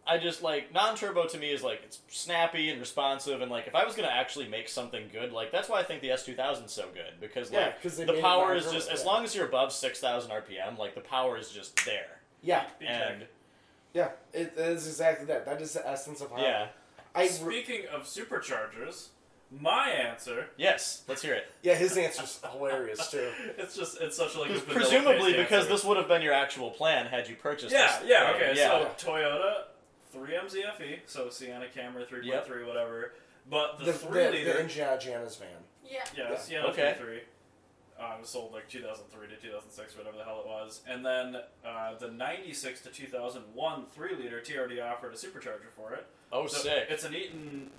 I just, like, non turbo to me is, like, it's snappy and responsive, and, like, if I was going to actually make something good, like, that's why I think the S2000's so good, because,
Yeah,
like,
'cause they
the
made it
power is
non-turbo,
just, as
yeah.
long as you're above 6,000 RPM, like, the power is just there.
Yeah,
Be
and,
tech.
yeah, it it is exactly that. That is the essence of highway.
yeah.
I,
Speaking of superchargers, my answer.
Yes, let's hear it.
yeah, his answer's hilarious too.
It's just it's such a like a vanilla
Presumably
face
because
answer.
this would have been your actual plan had you purchased
Yeah,
this.
yeah,
thing.
okay.
Yeah.
So Toyota, three MZFE, E, so Sienna Camry, three point
Yep.
three, whatever. But the,
The,
three
the,
liter,
the Indiana Jana's van.
Yeah.
yeah,
yeah.
Sienna
Okay.
three three. Uh, it was sold like 2003 to 2006, whatever the hell it was. And then uh, the 96 to 2001 3 liter TRD offered a supercharger for it.
oh,
So
sick.
It's an Eaton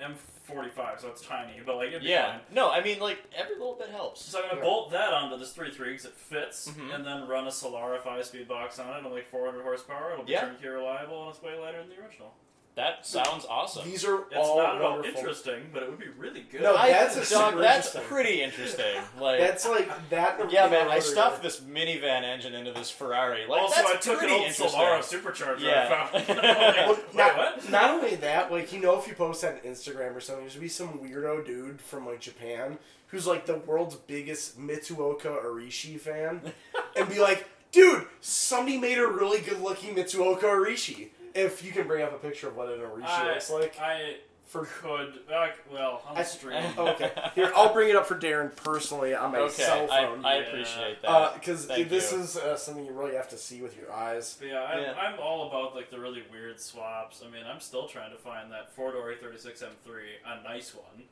M45, so it's tiny, but like it'd be
Yeah.
fine.
No, I mean, like, every little bit helps.
So I'm gonna
Yeah.
bolt that onto this 3.3 because it fits,
Mm-hmm.
Mhm.
and then run a Solara 5 speed box on it, and like 400 horsepower. It'll be
Yeah.
turnkey reliable, and it's way lighter than the original.
That sounds awesome.
These are
It's
all
not at all
wonderful.
interesting, but it would be really good.
No,
I-
I,
that's a
dog,
super
that's
interesting-
pretty interesting. Like,
That's like that.
yeah, man, I
rotor-
stuffed this minivan engine into this Ferrari. Like,
also,
that's
I took an
pretty
old
interesting.
Solara supercharger
Yeah.
I found.
Well,
Wait,
not,
what?
not only that, like you know, if you post that on Instagram or something, there's gonna be some weirdo dude from like Japan who's like the world's biggest Mitsuoka Arishi fan, and be like, dude, somebody made a really good looking Mitsuoka Arishi. If you can bring up a picture of what an Arishi
I-
looks like,
I
for
could, uh, well, on the
I- Oh,
stream.
I-
okay, here I'll bring it up for Darren personally on my
Okay,
cell
I,
phone. Uh,
I
Yeah.
appreciate that.
because
Thank
this
you.
is uh, something you really have to see with your eyes.
But yeah, I'm,
Yeah.
I'm all about like the really weird swaps. I mean, I'm still trying to find that four door E A36 M3, a nice one,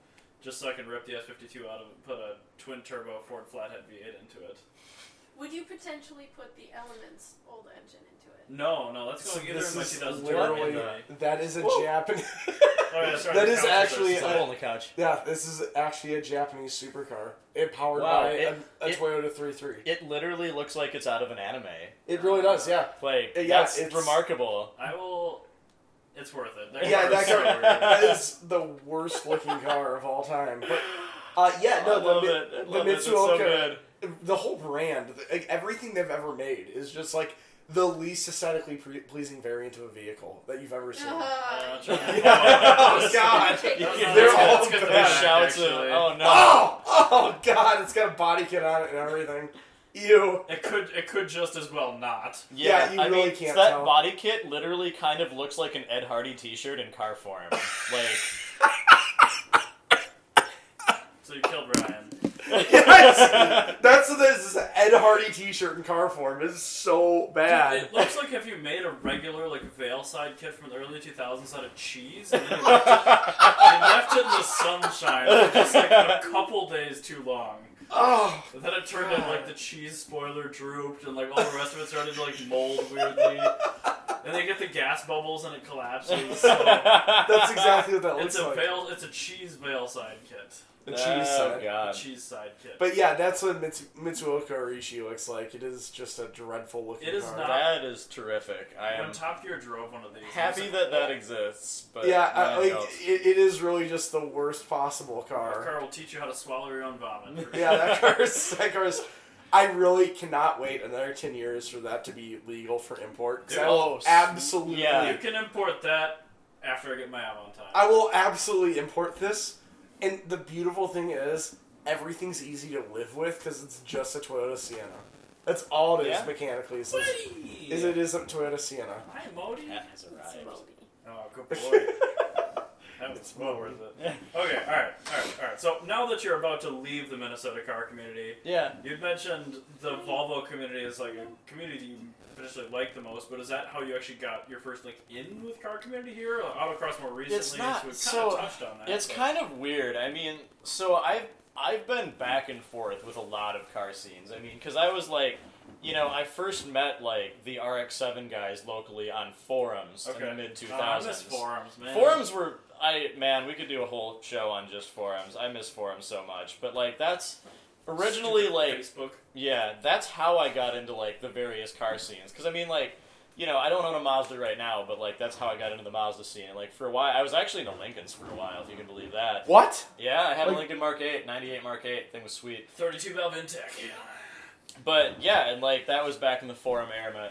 just so I can rip the S52 out of it, and put a twin turbo Ford Flathead V8 into it.
Would you potentially put the Elements old engine into it?
No, no, that's going either
This
in my
is
2002 or
literally-
my-
that is a
Whoa.
Japanese.
Oh, yeah, sorry,
That
the
is
couch
actually
this.
Stop on the couch.
Yeah, this is actually a Japanese supercar. It powered
Wow,
by
it-
a, a
it-
Toyota 33. It,
It literally looks like it's out of an anime.
really does, yeah.
Like,
Yeah,
that's
it's-
remarkable.
I will It's worth it. That
Yeah,
car
that
is so
car-
weird.
that is the worst looking car of all time. But uh, yeah, no,
I love
the, Mi-
it. I
the
love it. It's so
Mitsuoka,
good.
the whole brand, like, everything they've ever made is just like the least aesthetically pre- pleasing variant of a vehicle that you've ever seen.
Uh,
Uh,
oh God!
Take
You
those
can-
off.
They're
it's got-
all
it's got the
bad,
shouts of,
actually.
oh no.
Oh, oh God! It's got a body kit on it and everything. Ew.
It could it could just as well not.
Yeah, you
I
really
mean,
can't
that
tell.
body kit literally kind of looks like an Ed Hardy T-shirt in car form. Like,
So you killed Ryan.
Yes! That's what this is. an Ed Hardy T-shirt in car form It's so bad.
It looks like if you made a regular like veil side kit from the early 2000s out of cheese and then you left it, you left it in the sunshine for just like a couple days too long.
Oh,
And then it turned out like the cheese spoiler drooped and like all the rest of it started to like mold weirdly. And they get the gas bubbles and it collapses. So
that's exactly what that looks
it's a
like.
veil. It's a cheese veil side kit.
The cheese
Oh
side.
A
god.
cheese side kit.
Uh, But yeah, that's what Mitsu- Mitsuoka Rishi looks like. It is just a dreadful looking.
It is
car.
not-
That is terrific. I
when
am
Top Gear drove one of these,
happy
it was
that
like,
that exists, but
Yeah, I,
man,
like
else.
it, it is really just the worst possible
That
car.
car will teach you how to swallow your own vomit.
yeah, that car is. That car is. I really cannot wait another ten years for that to be legal for import. 'cause I will
Dude, Oh,
absolutely.
yeah.
You can import that after I get my app on time.
I will absolutely import this. And the beautiful thing is, everything's easy to live with because it's just a Toyota Sienna. That's all it is
Yeah.
mechanically. Is, this-
Woody!
is it isn't Toyota Sienna.
Hi, Modi.
Cat has
It's
arrived.
moldy.
Oh, good boy. That was well worth it. Okay, all right, all right, all right. So now that you're about to leave the Minnesota car community,
yeah.
you'd mentioned the Volvo community is like a community you potentially like the most, but is that how you actually got your first link in with car community here? Like, autocross more recently,
It's not-
so we've
so,
kind of touched on that.
It's
but-
kind of weird. I mean, so I've I've been back and forth with a lot of car scenes. I mean, because I was like, you know, I first met like the RX-7 guys locally on forums in the mid two
Oh, I miss
thousands.
forums, man.
Forums were I man, we could do a whole show on just forums. I miss forums so much. But like that's originally
Stupid
like
Facebook.
yeah, that's how I got into like the various car scenes. Because I mean, like, you know, I don't own a Mazda right now, but like that's how I got into the Mazda scene. Like for a while, I was actually into Lincolns for a while, if you can believe that.
What?
Yeah, I had
Like-
a Lincoln Mark 8, 98 Mark 8. Thing was sweet.
32 valve intake.
But yeah, and like that was back in the forum era,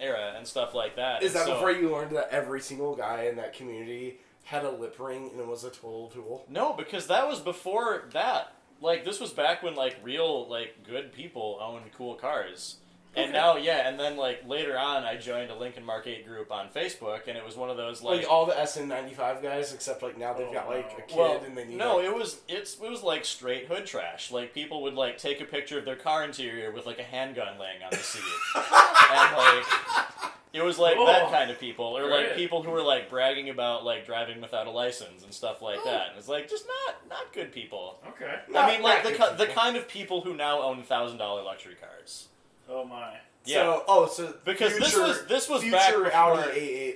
era and stuff like that.
Is
And
that
so-
before you learned that every single guy in that community had a lip ring and was a total tool?
No, because that was before that. Like this was back when like real like good people owned cool cars. And now yeah, and then like later on I joined a Lincoln Mark 8 group on Facebook and it was one of those
Like,
like
all the SN95 guys, except like now they've
Oh,
got like
no.
a kid
well,
and they need.
no,
like-
it was it's it was like straight hood trash. Like people would like take a picture of their car interior with like a handgun laying on the seat, and like it was like
Oh.
that kind of people, or like
Right.
people who were like bragging about like driving without a license and stuff like
Oh.
that. And it's like just not not good people.
Okay.
Not-
I mean, like
not
the
good
ki- the
people.
kind of people who now own thousand dollar luxury cars.
Oh my.
Yeah,
So, oh, so
because
future,
this was this was
future
back before.
Audi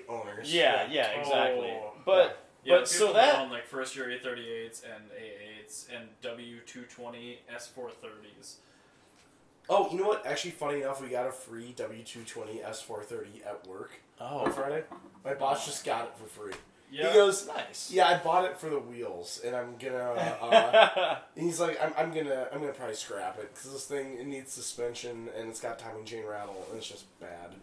A8 owners.
yeah, yeah, exactly.
Oh.
But
Yeah,
But
people
so that-
own like first year A38s and A8s and W220 S430s.
Oh, you know what? Actually, funny enough, we got a free W220 S430 at work on
oh,
Friday. My boss just got it for free.
Yeah.
He goes,
nice.
"Yeah, I bought it for the wheels, and I'm gonna." Uh, And he's like, I'm, I'm gonna, I'm gonna probably scrap it because this thing it needs suspension and it's got timing chain rattle and it's just bad.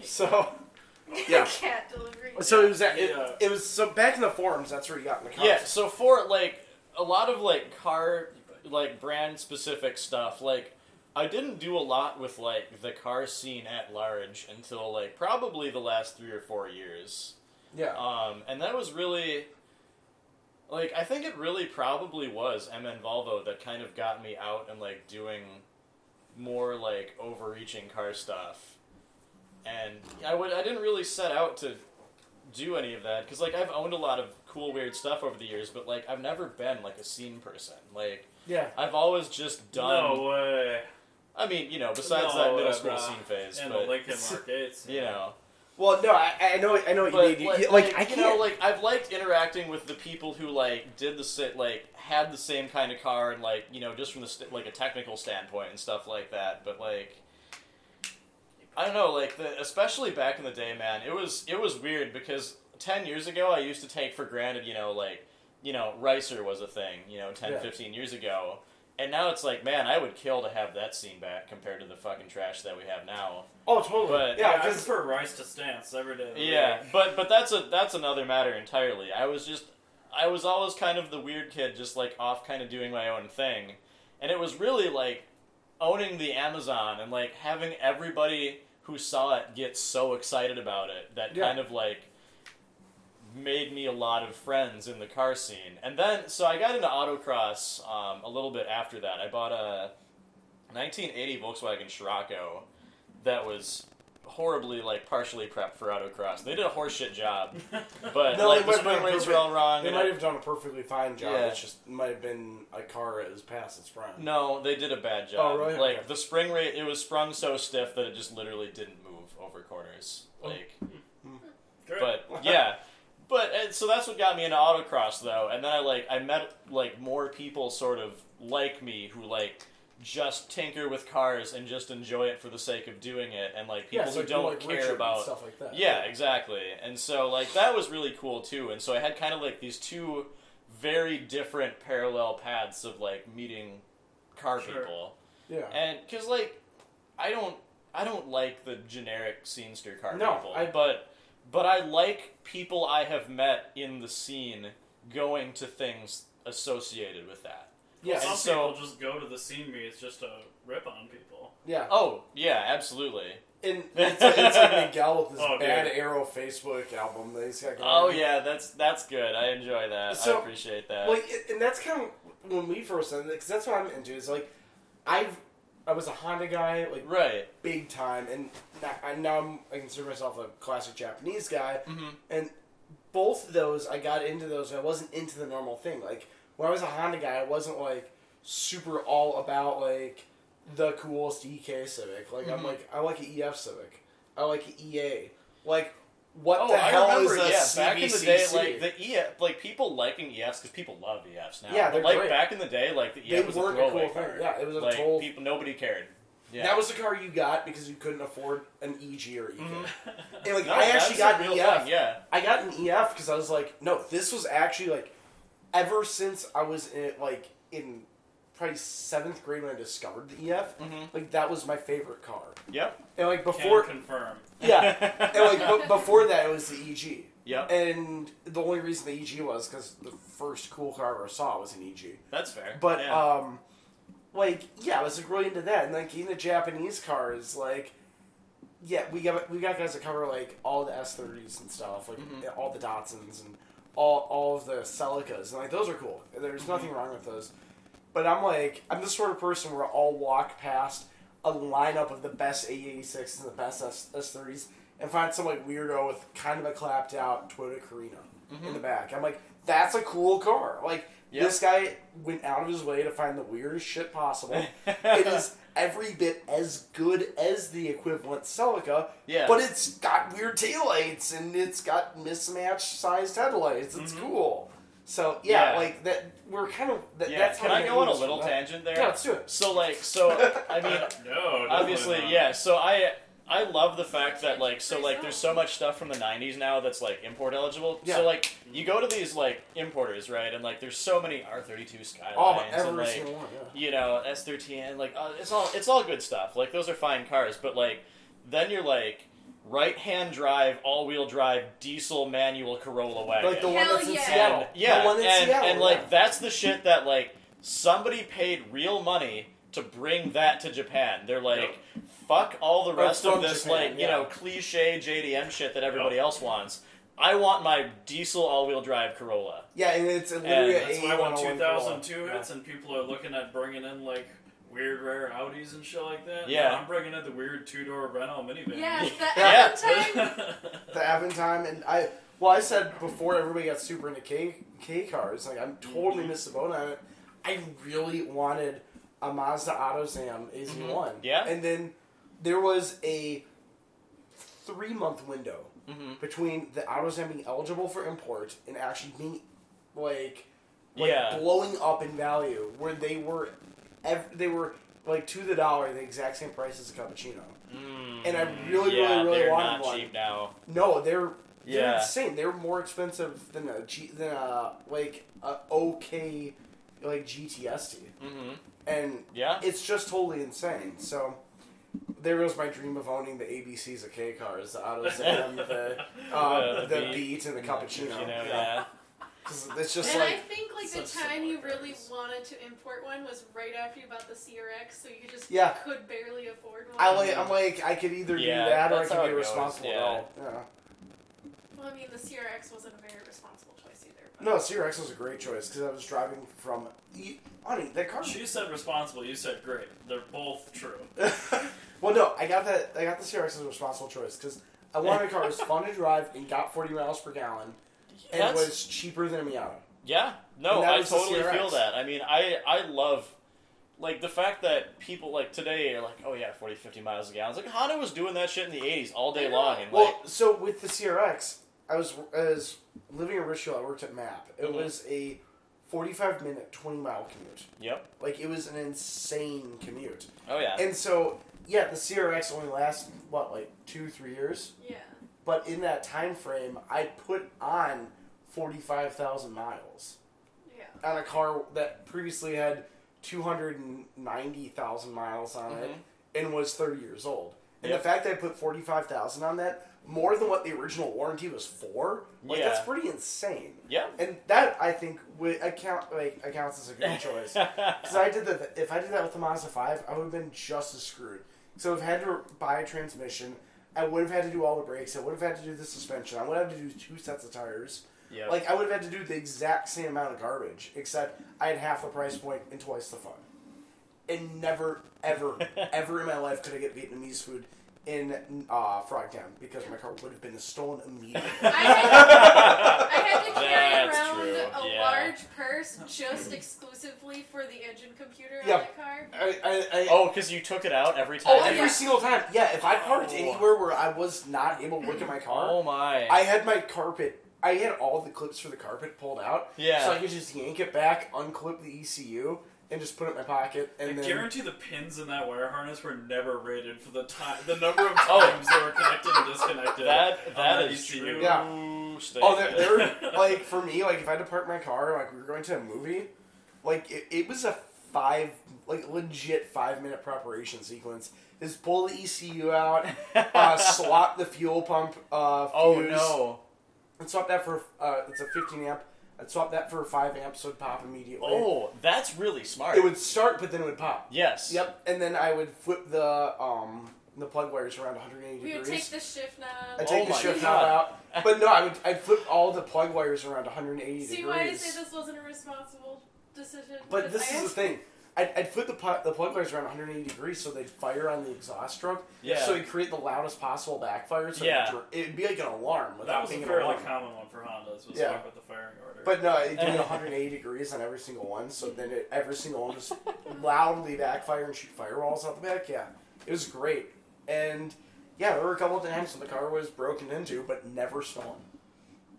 So Yeah.
Cat delivery.
So it was that. It,
Yeah.
it was so back in the forums. That's where you got in the
Yeah,
comments.
so for like a lot of like car like brand specific stuff, like I didn't do a lot with like the car scene at large until like probably the last 3 or 4 years.
Yeah,
Um and that was really like I think it really probably was MN Volvo that kind of got me out and like doing more like overreaching car stuff. And I would I didn't really set out to do any of that cuz like I've owned a lot of cool weird stuff over the years, but like I've never been like a scene person. Like
yeah.
I've always just done
No way.
I mean, you know, besides
No,
that middle
uh,
school
uh,
scene phase,
And the
but
Lincoln Mark 8s.
you know,
well, no, I, I know, I know what you
but
mean.
like,
You- Like,
like,
I
you
can't.
know, like I've liked interacting with the people who like did the sit, like had the same kind of car, and like you know, just from the st- like a technical standpoint and stuff like that. But like, I don't know, like the especially back in the day, man, it was it was weird because 10 years ago, I used to take for granted, you know, like, you know, Ricer was a thing, you know, 10,
Yeah.
15 years ago. And now it's like, man, I would kill to have that scene back compared to the fucking trash that we have now.
Oh, totally.
But-
yeah,
I
because
prefer Rice to Stance every day. of the
Yeah,
week.
but but that's a that's another matter entirely. I was just I was always kind of the weird kid, just like off kind of doing my own thing. And it was really like owning the Amazon and like having everybody who saw it get so excited about it that
Yeah.
kind of like made me a lot of friends in the car scene. And then so I got into autocross um, a little bit after that. I bought a 1980 Volkswagen Scirocco that was horribly like partially prepped for autocross. They did a horseshit job, but
No,
like
they
the
went
swing
for
rates
improvement.
were all wrong.
they
and
might
it-
have done a perfectly fine job.
Yeah.
It's just might have been a car that was past its prime.
No, they did a bad job.
Oh, really?
Like
Okay.
the spring rate, it was sprung so stiff that it just literally didn't move over corners.
Oh.
Like,
Great.
but yeah, but and so that's what got me into autocross though, and then I like I met like more people sort of like me who like just tinker with cars and just enjoy it for the sake of doing it, and like people
yeah, so
who don't
like
care
Richard
about
and stuff like that.
yeah, exactly. And so like that was really cool too. And so I had kind of like these two very different parallel paths of like meeting car
Sure.
people.
yeah.
And cuz like I don't I don't like the generic scenester car
No,
people.
I-
but but I like people I have met in the scene going to things associated with that.
yeah.
Some
and so-
people just go to the scene meets just to rip on people.
Yeah.
Oh, yeah, absolutely.
And it's, it's like Miguel with this
Oh,
bad
dude.
Arrow Facebook album that he's got going
Oh
on.
yeah, that's that's good. I enjoy that.
So,
I appreciate that.
Like, it- and that's kind of when we first started, because that's what I'm into. Is like, I've I was a Honda guy, like
right.
big time, and now, I, now I'm, I consider myself a classic Japanese guy.
Mhm.
And both of those, I got into those. I wasn't into the normal thing. Like when I was a Honda guy, I wasn't like super all about like the coolest EK Civic. Like I'm
Mhm.
like I like an EF Civic. I like an EA. Like what
oh,
the
I
hell
remember,
is a
yeah, back in the day,
CVCC?
like the EF, like people liking EFs because people love EFs now.
Yeah,
but
they're
like
great.
back in the day, like the EF
They
was
weren't a
a throwaway
cool thing.
car.
Yeah, it was a
like,
total-
people, nobody cared. Yeah,
That was the car you got because you couldn't afford an EG or EK. And like
Mm-hmm. No,
I
that
actually
was a
got E an
real
EF.
thing. Yeah,
I got an EF because I was like, no, this was actually like, ever since I was in like in probably seventh grade when I discovered the EF,
Mhm.
like that was my favorite car.
yep,
And like
Before
before,
Can confirm.
yeah, and like b- before that it was the EG,
yep.
and the only reason the EG was because the first cool car I ever saw was an E EG.
That's fair.
But
yeah.
um, like yeah, I was like really into that, and like getting the Japanese cars, like yeah, we got we got guys that cover like all the S thirties and stuff, like
Mhm.
all the Datsuns and all all of the Celicas, and like those are cool. There's nothing wrong with those. But I'm like I'm the sort of person where I'll walk past a lineup of the best A86s and the best S S30s and find some like weirdo with kind of a clapped out Toyota Carina in the back. I'm like, that's a cool car. Like
Yep.
this guy went out of his way to find the weirdest shit possible. it is every bit as good as the equivalent Celica,
yeah,
but it's got weird taillights and it's got mismatched sized headlights. It's cool. So yeah,
Mm-hmm. Yeah.
like that. We're kind of that,
yeah.
that's
Can
how
I
we
go on a
use
little
that.
tangent there?
Yeah, let's do it.
So like, so I mean,
No, definitely
obviously
not.
yeah so i i love the fact that like so like there's so much stuff from the 90s now that's like import eligible
Yeah.
so like you go to these like importers right and like there's so many r32 skylines
Oh, but
and
every
like
single one. Yeah.
you know s13 like uh, it's all it's all good stuff like those are fine cars but like then you're like right hand drive all wheel drive diesel manual corolla wagon
Like the one
Hell
that's in
yeah.
Seattle.
and, yeah,
the one in
and,
Seattle.
and
yeah.
like that's the shit that like somebody paid real money to bring that to Japan. They're like, fuck all the
Or
rest of
from
this
Japan,
like
yeah.
you know cliche JDM shit that everybody else wants. I want my diesel all-wheel drive Corolla.
yeah, and it's literally a
And
That's why when
101
2002
Corolla.
hits and people are looking at bringing in like weird rare Audis and shit like that.
Yeah.
I'm bringing in the weird two door Renault minivan.
Yes, the
Yeah.
Aventine.
the Aventime, and I. Well, I said before everybody got super into K K cars, like I'm totally
Mm-hmm.
missed the boat on it. I really wanted a Mazda AutoZam AZ1.
Mm-hmm. Yeah.
and then there was a three month window
Mm-hmm.
between the AutoZam being eligible for import and actually being like, like
Yeah.
blowing up in value, where they were, ev- they were like to the dollar the exact same price as a cappuccino. And I really,
yeah,
really, really
they're
wanted
not
one.
cheap now.
No, they're
Yeah.
They're insane. They were more expensive than a G than a like a okay like GTST,
Mm-hmm.
and
Yeah.
it's just totally insane. So there goes my dream of owning the ABCs of K cars, the autos and the uh, the,
The- the
beat,
Beat
and the cappuccino.
You know,
yeah.
yeah.
'Cause it's just
and
like
I think like the
such
time
similar
you really
cars.
wanted to import one was right after you bought the CRX, so you just
Yeah.
could barely afford one.
I like I'm like I could either
Yeah,
do that or I
that's
could
how
be
it goes,
responsible at
yeah.
all. Yeah.
well, I mean, the CRX wasn't a very responsible choice either. But
No, CRX was a great choice because I was driving from. You, honey, that car.
She said responsible. You said great. They're both true.
well, no, I got that. I got the CRX as a responsible choice because I wanted a car that was fun to drive and got 40 miles per gallon and
That's-
was cheaper than a Miata.
Yeah, no,
And that
I
was the
totally
CRX.
feel that. I mean, I I love like the fact that people like today are like, oh yeah, 40, 50 miles a gallon. It's like Honda was doing that shit in the '80s all day
I know.
long, and like,
Well, so with the CRX, I was I was living in Richfield. I worked at MAP. It
Mhm.
was a 45 minute, 20 mile commute.
yep,
Like it was an insane commute.
oh yeah,
And so, yeah, the CRX only lasts what, like two, three years.
Yeah.
But in that time frame, I put on 45,000 miles.
Yeah.
on a car that previously had 290,000 miles on it and was 30 years old. And
Mm-hmm. Yep.
the fact that I put 45,000 on that, more than what the original warranty was for, like
Yeah.
that's pretty insane.
yeah.
And that I think would account like accounts as a good choice. Because I did that. If I did that with the Mazda Five, I would have been just as screwed. So I've had to buy a transmission. I would have had to do all the brakes. I would have had to do the suspension. I would have had to do two sets of tires.
Yep.
Like I would have had to do the exact same amount of garbage, except I had half the price point and twice the fun. And never, ever, ever in my life could I get Vietnamese food in uh, Frog Town because my car would have been stolen immediately.
I had, I had to carry
That's
around
true,
a
yeah.
large purse just exclusively for the engine computer
Yeah.
on the car.
I, I, I,
oh, because you took it out every time.
Oh, every
yeah.
single time. Yeah, if I parked
Oh.
anywhere where I was not able to look at my car,
Oh, my,
I had my carpet. I had all the clips for the carpet pulled out.
Yeah.
So I could just yank it back, unclip the ECU, and just put it in my pocket.
I
And then.
guarantee the pins in that wire harness were never rated for the time, the number of
Oh.
times they were connected and disconnected.
that
on
that is
ECU.
true.
Yeah.
statement.
oh, there, there were, like, for me, like, if I had to park my car, like, we were going to a movie, like, it, it was a five, like, legit five minute preparation sequence. Is pull the ECU out, uh, swap the fuel pump, uh, fuse,
oh no.
I'd swap that for uh, it's a 15 amp. I'd swap that for a 5 amp, so it'd pop immediately.
Oh, that's really smart.
It would start, but then it would pop.
Yes.
Yep. And then I would flip the um the plug wires around 180
We would
degrees.
take the shift
I
knob.
take
Oh
the
my
shift
God.
knob out, but no, I would I would flip all the plug wires around 180
See
degrees.
why I say this wasn't a responsible decision?
But
Because
this
I
is the
asked-
thing. I'd, I'd flip the, pu- the plug wires around 180 degrees so they'd fire on the exhaust stroke.
Yeah.
So you'd create the loudest possible backfire. So
Yeah.
it'd, dr- it'd be like an alarm without
That was a
being an
fairly
alarm.
common one for Hondas. Was
Yeah.
fuck with the firing order.
But no, it did 180 degrees on every single one, so then it, every single one just loudly backfire and shoot firewalls out the back. Yeah, it was great. And yeah, there were a couple times when the car was broken into, but never stolen.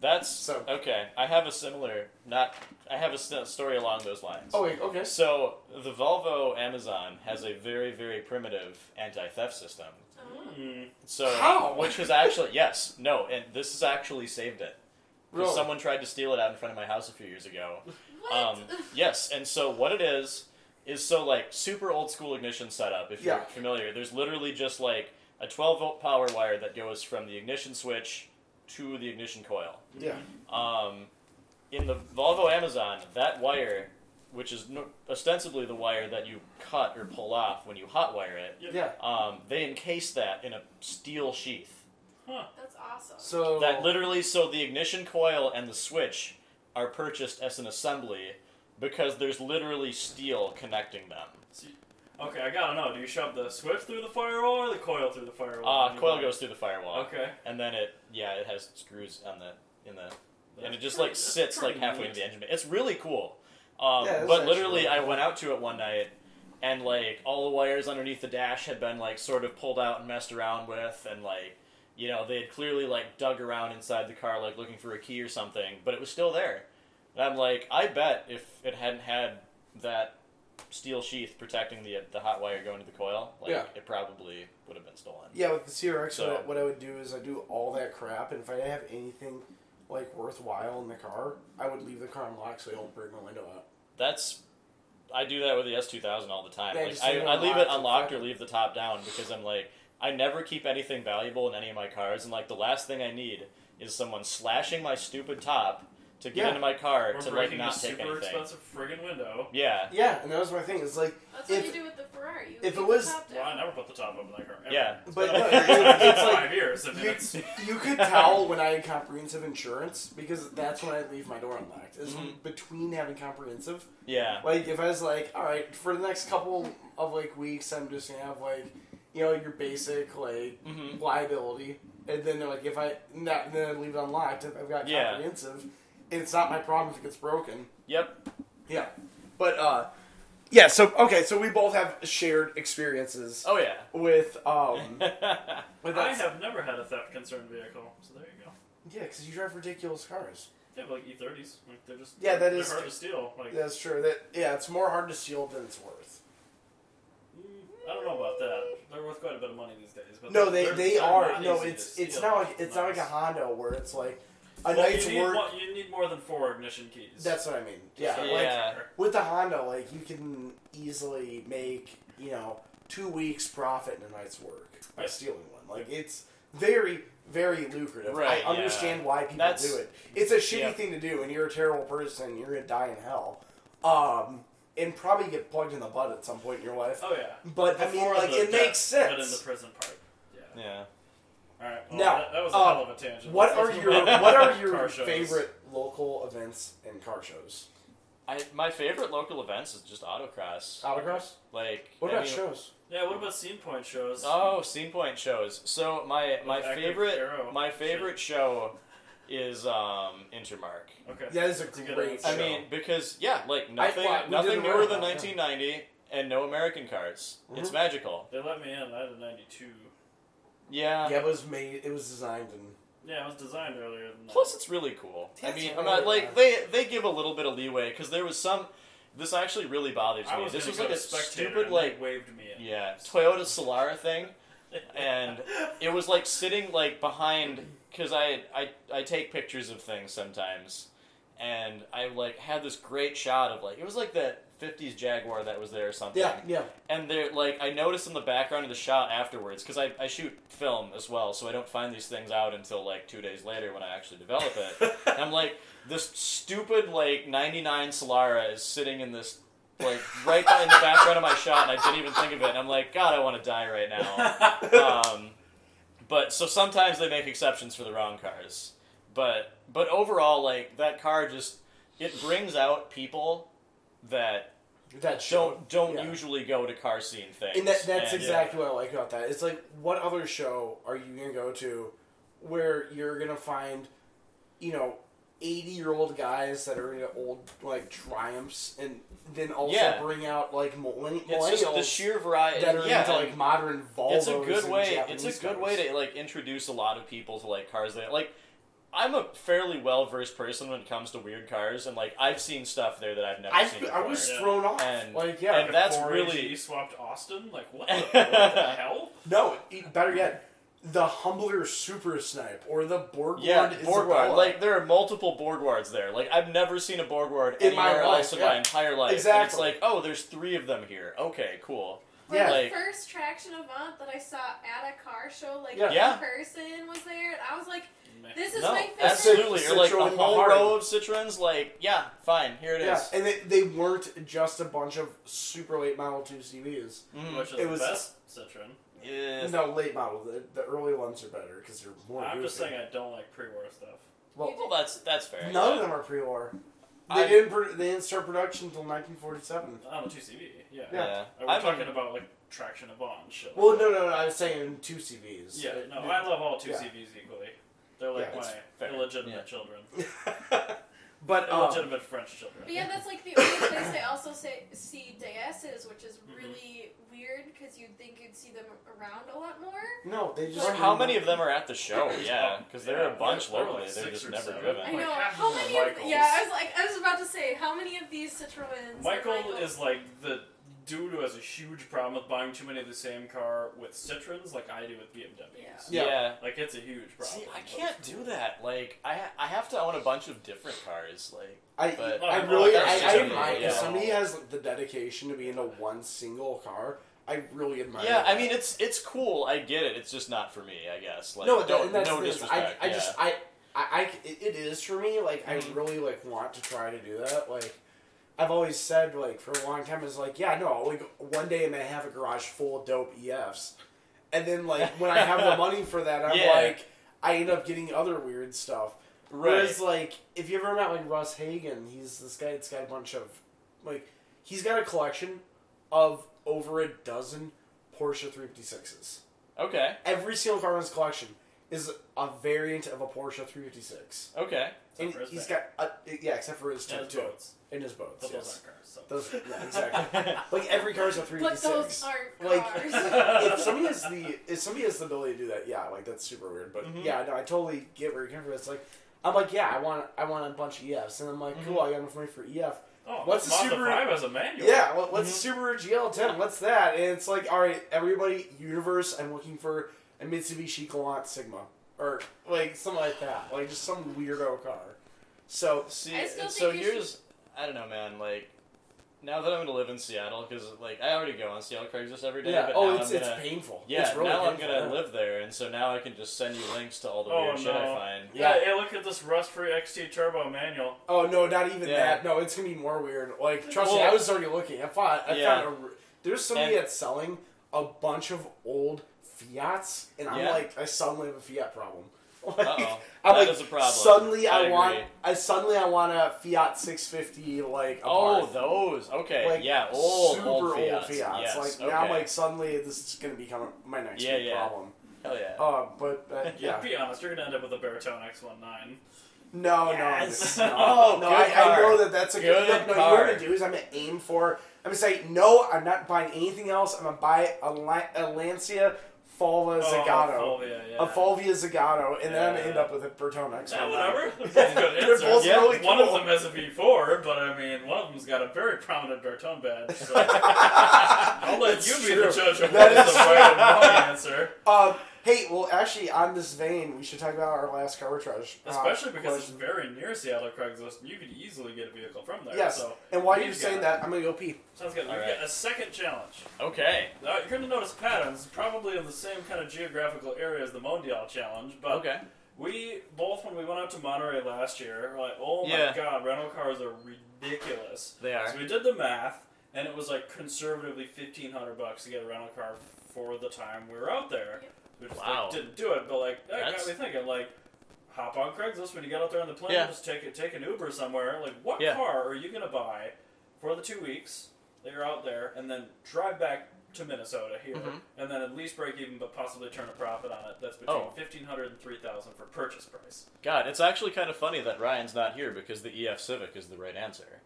That's
So-
okay. I have a similar not. I have a s- story along those lines.
Oh, wait, okay.
So the Volvo Amazon has a very very primitive anti theft system.
Oh.
Mm.
So
How?
which was actually yes no and this has actually saved it. 'Cause
Really?
Someone tried to steal it out in front of my house a few years ago.
What?
Um, yes, and so what it is is so like super old school ignition setup. If
Yeah.
you're familiar, there's literally just like a 12 volt power wire that goes from the ignition switch to the ignition coil.
Yeah.
Um, in the Volvo Amazon, that wire, which is no- ostensibly the wire that you cut or pull off when you hotwire it,
Yeah.
um, they encase that in a steel sheath.
That's awesome.
So
That literally, so the ignition coil and the switch are purchased as an assembly because there's literally steel connecting them.
Okay, I gotta know. Do you shove the switch through the firewall or the coil through the firewall?
Uh, coil goes through the firewall,
Okay.
and then it, yeah, it has screws on the in the and it
That's
just
pretty-
like
that's
sits like
pretty
halfway
neat.
to the engine. bay. It's really cool. Um,
Yeah, that's
but
actually
literally,
really
I went out to it one night, and like all the wires underneath the dash had been like sort of pulled out and messed around with, and like you know they had clearly like dug around inside the car like looking for a key or something, but it was still there. And I'm like, I bet if it hadn't had that steel sheath protecting the the hot wire going to the coil, like
Yeah.
it probably would have been stolen.
Yeah, with the CRX,
So-
what, what I would do is I do all that crap, and if I didn't have anything like worthwhile in the car, I would leave the car unlocked so I don't break my window out.
That's I do that with the S two thousand all the time.
Yeah,
like
just
I,
leave it
I leave it
unlocked.
unlocked or leave the top down because I'm like I never keep anything valuable in any of my cars, and like the last thing I need is someone slashing my stupid top to get
Yeah.
into my car
We're
to like
breaking
not
a
take
super
anything.
expensive friggin' window.
Yeah,
Yeah, and that was my thing. It's like,
That's what
If-
you do with the Ferrari. You
if it
leave the
was-
top
Well, I
down.
never put the top up in that car. ever.
yeah.
It's
But
been
no,
up there
it's-
for
it's like-
five years. I mean,
you,
it's-
you could tell when I had comprehensive insurance because that's when I leave my door unlocked. Is
Mhm.
between having comprehensive,
Yeah,
like if I was like, all right, for the next couple of like weeks, I'm just gonna have like, you know, your basic like
Mhm.
liability, and then they're like, if I not, then I leave it unlocked, if I've got
Yeah.
comprehensive, it's not my problem if it gets broken.
yep.
Yeah, but uh,
Yeah, so
okay, so we both have shared experiences
Oh yeah.
with um, with
I
that.
have never had a theft concerned vehicle, so there you go.
yeah, because you drive ridiculous cars.
They have like E30s. Like they're just
Yeah, that
they're
is-
hard to steal. Like
That's true. That yeah, it's more hard to steal than it's worth.
I don't know about that. They're worth quite a bit of money these days. But
No, they
they're-
they
they're
are.
not
No,
easy to
it's it's
steal.
not like it's not like a
Nice.
Honda where it's like a
Well,
night's
you need
work.
More, you need more than four ignition keys.
That's what I mean. Yeah,
Just
Yeah.
a
like
lighter.
with the Honda, like you can easily make you know two weeks profit in a night's work by
Yeah.
stealing one. Like it's very very lucrative.
Right,
I understand why people
That's-
do it. It's a shitty
yeah.
thing to do, and you're a terrible person. You're gonna die in hell. Um, and probably get plugged in the butt at some point in your life.
Oh yeah.
But I mean,
Before
like,
the
it
death,
makes sense.
But in the prison part. Yeah.
yeah.
All right. Well,
Now,
that, that was a
uh,
hell of a tangent.
What
Let's
are
move
your
on to
What are your
car shows.
favorite local events and car shows?
I, my favorite local events is just autocross.
Autocross.
Like
Oh. What
I
about
mean-
shows?
Yeah. What about scene point shows?
Oh, scene point shows. So my my
Active
favorite
Arrow.
my favorite show is um Intermark.
okay.
That is a
That's good
great.
one.
I mean because yeah, like nothing
fly- we
nothing
did a
newer
roundabout,
than
yeah.
1990 and no American cars.
Mm-hmm.
It's
Mhm.
magical.
They let me in. I had a '92.
Yeah.
yeah, it was made. It was designed and
Yeah, it was designed earlier than that.
Plus, it's really cool. I
That's
mean, I'm
really
not,
nice.
like they they give a little bit of leeway because there was some. This actually really bothers
I
me.
was
this
gonna
was
go
like a
spectator,
stupid
and
like
they waved me in.
yeah Toyota Solara thing. and it was like sitting like behind because I, I i take pictures of things sometimes and i like had this great shot of like it was like that 50s jaguar that was there or something
yeah, yeah.
and they're like i noticed in the background of the shot afterwards because I, I shoot film as well so i don't find these things out until like two days later when i actually develop it and i'm like this stupid like 99 solara is sitting in this like right in the background of my shot and i didn't even think of it and i'm like god i want to die right now um, but so sometimes they make exceptions for the wrong cars. But but overall, like that car just it brings out people that
That show.
don't don't
yeah.
usually go to car scene things.
And that, that's
And-
exactly what I like about that. It's like, what other show are you gonna go to where you're gonna find, you know, eighty year old guys that are into old like triumphs, and then also
Yeah.
bring out like millenni-
It's just the
millennials
sheer variety.
that are
yeah,
into
and-
like modern Volvos.
it's a good
and
way
Japanese
it's a good
cars.
way to like introduce a lot of people to like cars that like i'm a fairly well-versed person when it comes to weird cars and like i've seen stuff there that i've never
I,
seen before.
I was
Yeah.
thrown off.
And-
like, yeah,
and that's
Before
really-
AG E swapped Austin. Like what? the- what the hell?
No, e- better yet, the Humbler Super Snipe or the Borgward
yeah
Isabella.
boardward like there are multiple boardwards there like i've never seen a boardward
In my
anywhere
life,
else in
yeah.
my entire life And it's
Exactly.
like oh there's three of them here okay cool
Like,
Yeah.
like
the first traction event that I saw at a car show, like
Yeah.
one
Yeah.
person was there, and I was like,
Man.
"This is
no
my favorite."
absolutely
Citroen
or like
Mahara.
a whole row of citroens like yeah fine here it
yeah,
is
and they, they weren't just a bunch of super late model two CVs.
Mm,
Which is
It
the
was-
best Citroen.
yeah.
No, late model. The, the early ones are better because they're more.
I'm just
goofy.
saying I don't like pre-war stuff.
Well,
well that's that's fair
none of them are pre-war. They
I-
didn't. Pro- they didn't start production until 1947.
On the two CV, yeah.
Yeah.
We're
I'm-
talking about like traction of bond shit.
Well, no, no, no. I was saying two CVs.
Yeah,
Uh,
no, I love all two
yeah.
CVs equally. They're like
Yeah, it's
my
fair.
illegitimate
Yeah.
children.
But um,
Illegitimate French children.
But yeah, that's like the only place I also say, see dieces, which is really weird because you'd think you'd see them around a lot more.
No, they just.
Or how many of them are at the show? Yeah, because there are
Yeah,
a bunch
there were like
locally. They're
six
just
or
never
seven.
driven.
I
Like
know.
half
How
of them
many
are
of
Michaels.
yeah, I was like I was about to say, how many of these Citroens are
Michael
Michaels?
is like the dude who has a huge problem with buying too many of the same car with Citroens, like I do with BMWs.
Yeah.
yeah.
Like it's a huge problem.
See, I can't do that. Like, I I have to own a bunch of different cars. Like,
I,
But-
I
Well,
really,
there's
I, I
just
admire.
people,
If
yeah.
somebody has the dedication to be into one single car, I really admire.
yeah, I
that.
mean, it's it's cool. I get it. It's just not for me. I guess. Like,
no,
don't,
and that's
no
the thing, I,
disrespect.
I
yeah.
just, I, I, I c- it- it is for me. Like, I
Mhm.
really like want to try to do that. Like, I've always said like for a long time is like, yeah, no, like one day I'm gonna have a garage full of dope EFs, and then like when I have the money for that, I'm
Yeah.
like, I end up getting other weird stuff.
right.
Whereas, like, if you ever met like Russ Hagen, he's this guy that's got a bunch of, like, he's got a collection of over a dozen Porsche 356s.
Okay.
Every single car in his collection is a variant of a Porsche 356.
Okay.
And
for his
he's got,
back.
a, yeah, except for his
And
two,
his
too.
boats.
And his boats,
But
yes.
those aren't cars. So.
Those, yeah, exactly. like, every car's a
But
356.
those aren't
Like-
cars.
if somebody has the if somebody has the ability to do that, yeah, like that's super weird. But
Mhm.
yeah, no, I totally get where you're coming from. It's like I'm like, yeah, I want I want a bunch of EFs, and I'm like,
Mm-hmm.
cool, I got enough money for EF.
oh,
What's the
Mazda
Subaru-
5 as a manual?
Yeah, what,
Mm-hmm.
what's Subaru GL10? E What's that? And it's like, all right, everybody, universe, I'm looking for a Mitsubishi Galant Sigma or like something like that, like just some weirdo car. So
See,
I still
so
think you
here's I don't know, man. Like, now that I'm gonna live in Seattle, because like I already go on Seattle Craigslist every day.
yeah,
But now
oh, it's
I'm gonna,
it's painful.
yeah.
it's really
now I'm
painful.
gonna live there, and so now I can just send you links to all the
Oh,
weird shit I
no.
find.
Yeah,
Yeah.
hey, look at this rust-free XT turbo manual.
Oh no, not even
Yeah.
that. No, it's gonna be more weird. Like trust me,
Well-
I was already looking. I thought I
Yeah.
found a, r- there's somebody
And-
that's selling a bunch of old Fiats, and I'm
Yeah.
like, I suddenly have a Fiat problem. Like,
Uh-oh.
I'm
That
like,
is a problem.
Suddenly,
I
I,
agree.
want. I suddenly I want a Fiat 650. Like a
Oh,
Barth.
those. Okay.
Like,
yeah, old
super
old Fiats.
Fiats.
Yes.
Like
okay.
now, I'm like suddenly this is gonna become my next
Yeah,
big
yeah.
problem.
hell yeah.
Uh, but uh, yeah,
Yeah. Be honest, you're gonna end up with a Baritone X19.
No,
Yes.
no, no.
Oh,
no,
good
I, I
car.
know that that's a good,
Good
no,
car.
What I'm gonna do is I'm gonna aim for. I'm gonna say no. I'm not buying anything else. I'm gonna buy a, La- a Lancia Falva Zagato,
Oh, Fulvia, yeah.
a Fulvia Zagato, and then I'm gonna
Yeah.
end up with a Bertone X.
Yeah, whatever. They're both good
They're
answers.
both
Yeah,
really
One
cool.
of them has a V4, but I mean, one of them's got a very prominent Bertone badge. So I'll let
That's
you be
true.
the judge of
That
what
is
is the right and wrong answer.
Um, hey, well, actually, on this vein, we should talk about our last car trash. uh,
Especially because it's
question.
very near Seattle Craigslist, and you could easily get a vehicle from there.
yes.
So
and while
we've
you're saying
got-
that, I'm gonna go pee.
sounds good. We've
All right.
got a second challenge.
okay.
Now, you're going to notice patterns, probably in the same kind of geographical area as the Mondial challenge, but
Okay.
We both, when we went out to Monterey last year, were like, oh my
Yeah.
god, rental cars are ridiculous.
They are.
So we did the math, and it was like conservatively fifteen hundred bucks to get a rental car for the time we were out there.
Yep.
We just
Wow.
like, didn't do it, but like that
That's-
got me thinking. Like, hop on Craigslist when you get out there on the plane,
Yeah.
just take it, take an Uber somewhere. Like, what
Yeah.
car are you gonna buy for the two weeks that you're out there, and then drive back? To Minnesota here,
Mhm.
and then at least break even, but possibly turn a profit on it. That's between
Oh.
fifteen hundred and three thousand for purchase price.
God, it's actually kind of funny that Ryan's not here because the EF Civic is the right answer.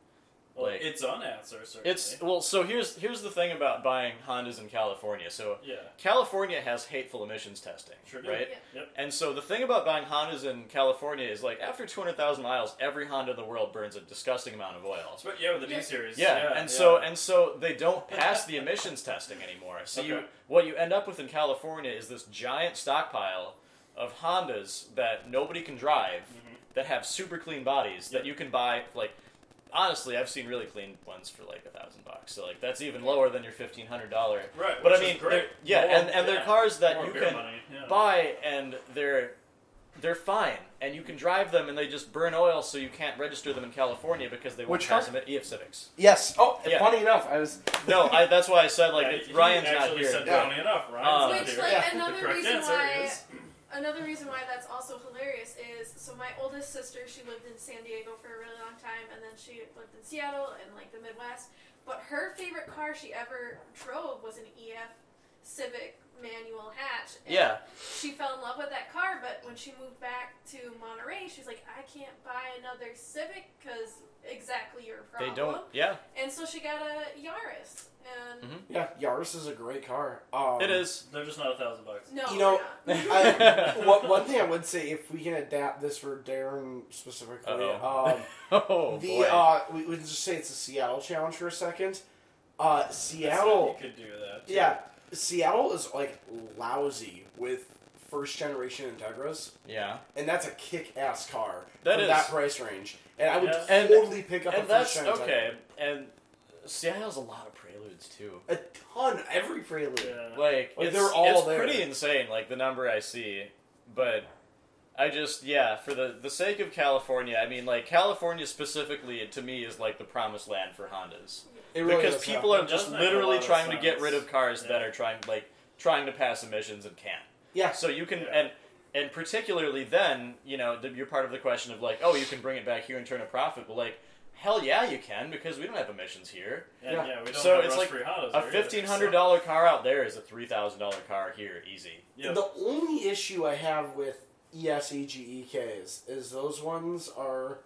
Well,
Like-
it's on answer, certainly.
It's well, so here's here's the thing about buying Hondas in California. So
yeah,
California has hateful emissions testing,
Sure do.
right?
Yeah.
Yep.
And so the thing about buying Hondas in California is like after 200,000 miles, every Honda in the world burns a disgusting amount of oil.
That's what- yeah, with the
Yeah.
D series.
Yeah, and so and so they don't pass the emissions testing anymore. So you
Okay.
what you end up with in California is this giant stockpile of Hondas that nobody can drive
Mhm.
that have super clean bodies that
Yep.
you can buy like honestly I've seen really clean ones for like a thousand bucks. So like that's even lower than your fifteen hundred dollar
right.
but
which
I
is
mean
great.
they're- yeah,
More-
and, and they're
yeah,
cars that
more
you
beer
can
money, yeah.
buy and they're they're fine and you can drive them and they just burn oil so you can't register them in California because they won't
Which
pass
car?
them at EF Civics.
Yes. Oh,
Yeah.
funny enough, I was.
No, I, that's why I said like
Yeah,
it's
he
Ryan's not
actually
here. uh,
Said
Yeah.
funny enough, Ryan's
Which,
not here.
like,
Yeah.
the
another
correct
reason
answer
why
is
another reason why that's also hilarious is so my oldest sister she lived in San Diego for a really long time and then she lived in Seattle and like the Midwest but her favorite car she ever drove was an EF E Civic manual hatch. And
Yeah.
She fell in love with that car, but when she moved back to Monterey, she's like, I can't buy another Civic because exactly your
They
problem.
don't. Yeah,
And so she got a Yaris, and
Mhm.
Yeah, Yaris is a great car. Um,
it is.
They're just not a thousand bucks.
no,
You know,
we're not.
I, one, one thing I would say, if we can adapt this for Darren specifically,
Uh-oh.
um,
Oh
the
boy.
uh, we would just say it's a Seattle challenge for a second. Uh, Seattle,
You could do that. too.
yeah, Seattle is like lousy with first generation Integras,
yeah.
and that's a kick ass car
That
for
is.
that price range. And I would
Yeah.
And-
totally pick up a
And
first
that's
gen Integra.
okay. And Seattle's a lot of preludes too.
A ton every prelude.
Yeah.
Like,
Like,
it's,
they're all
it's
there.
pretty insane. Like the number I see, but I just yeah for the the sake of California. I mean, like California specifically to me is like the promised land for Hondas.
It really
because
does
people
happen.
are just
Doesn't make a
literally
lot of
trying to get
sense.
rid of cars that
Yeah.
are trying like trying to pass emissions and can't.
Yeah.
So you can
Yeah.
and and particularly then you know the, you're part of the question of like oh you can bring it back here and turn a profit but like hell yeah you can because we don't have emissions here
And,
Yeah.
yeah. we don't
So
have
it's like
rust-free Hondas
a
there either,
fifteen hundred
so-
dollar car out there is a three thousand dollar car here easy
Yeah.
The only issue I have with E ESEGEKs is those ones are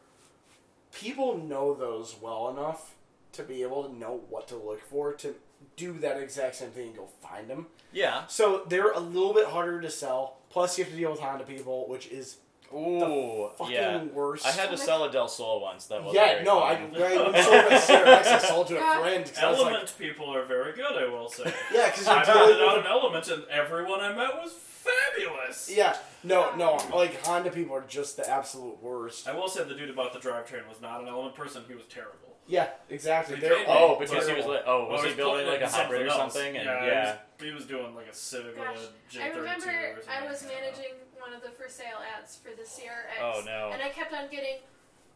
people know those well enough to be able to know what to look for to do that exact same thing and go find them.
yeah
So they're a little bit harder to sell. Plus, you have to deal with Honda people, which is
ooh
fucking
yeah
worse.
I had to
stomach.
sell a Del Sol once that was
yeah, no, I, I
fun.
when sold my CRX, I sold to a
Yeah.
friend because I was
Element
like,
people are very good, I will say.
yeah, because
I
you're
mounted
dealing
on
with
an element, and everyone I met was fabulous.
yeah, no, no, like Honda people are just the absolute worst.
I will say the dude about the drivetrain was not an element person. He was terrible.
Yeah, exactly.
They
They're
paid me.
all
oh because he was
terrible.
like oh was
Well,
he building like
putting
a
in
hybrid or
else.
something and
yeah,
yeah
He, was, he was doing like a Civic
Gosh,
with a J32
I
or
remember
something.
I was
don't know.
managing one of the for sale ads for the CRX.
Oh, no.
And I kept on getting,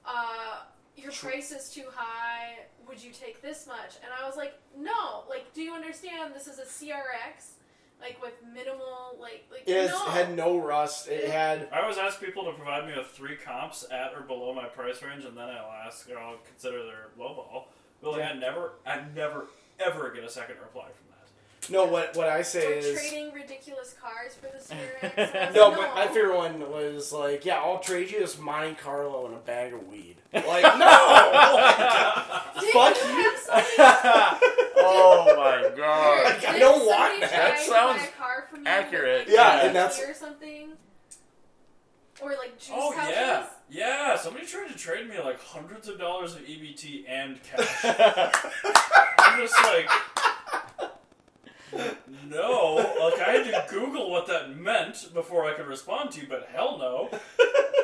uh, your
Sure.
price is too high. Would you take this much? And I was like, no. Like, do you understand? This is a CRX, like with minimal, like, like
It
no.
had no rust. It had
I always ask people to provide me with three comps at or below my price range, and then I'll ask, or I'll consider their lowball. But like,
Yeah.
I never, I never, ever get a second reply from that.
no. What what I say
We're
is
trading ridiculous cars for the CRX. And I was
no.
like,
But I figure one was like, yeah, I'll trade you this Monte Carlo and a bag of weed. Like
Oh,
no,
Didn't
fuck
you
you.
have somebody-
oh my god.
Like, I
didn't
don't want
somebody
that.
try
That
to
sounds
buy a car from you
accurate.
With, like,
Yeah,
a
and that's-
key or something. Or like juice
oh
pouches.
yeah, yeah. Somebody tried to trade me like hundreds of dollars of EBT and cash. I'm just like, no. Like I had to Google what that meant before I could respond to you, but hell no.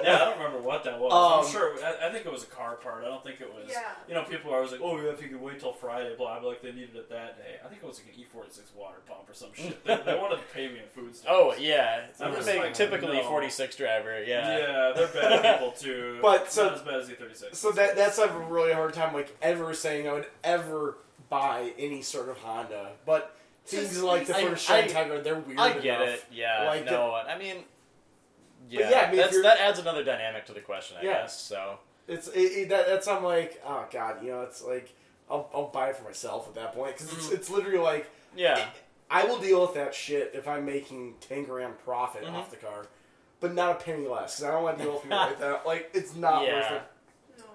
Yeah, I don't remember what that was.
Um,
I'm sure. I, I think it was a car part. I don't think it was.
Yeah.
You know, people are always like, "Oh, yeah, if you could wait till Friday, blah." But like, they needed it that day. I think it was like an E forty six water pump or some shit. they, they wanted to pay me in food stamps.
oh yeah.
I'm
I'm
just
saying
like,
typically
no.
46 driver. Yeah.
Yeah, they're bad people too.
But
Not
so-
as bad as E thirty six.
So that that's I have a really hard time like ever saying I would ever buy any sort of Honda. But things
Just
like the
I-
first gen
I-
Integra, they're weird.
I get
enough.
it. Yeah.
Like
no. I mean. Yeah.
yeah, I mean, if
that's,
you're-
that adds another dynamic to the question, I
Yeah.
guess. So.
It's it, it, that, that's I'm like oh god, you know, it's like I'll, I'll buy it for myself at that point because it's,
Mhm.
it's literally like.
Yeah.
I will deal with that shit if I'm making ten grand profit
Mhm.
off the car, but not a penny less because I don't want to deal with people like that. Like it's not
Yeah.
worth it.
No.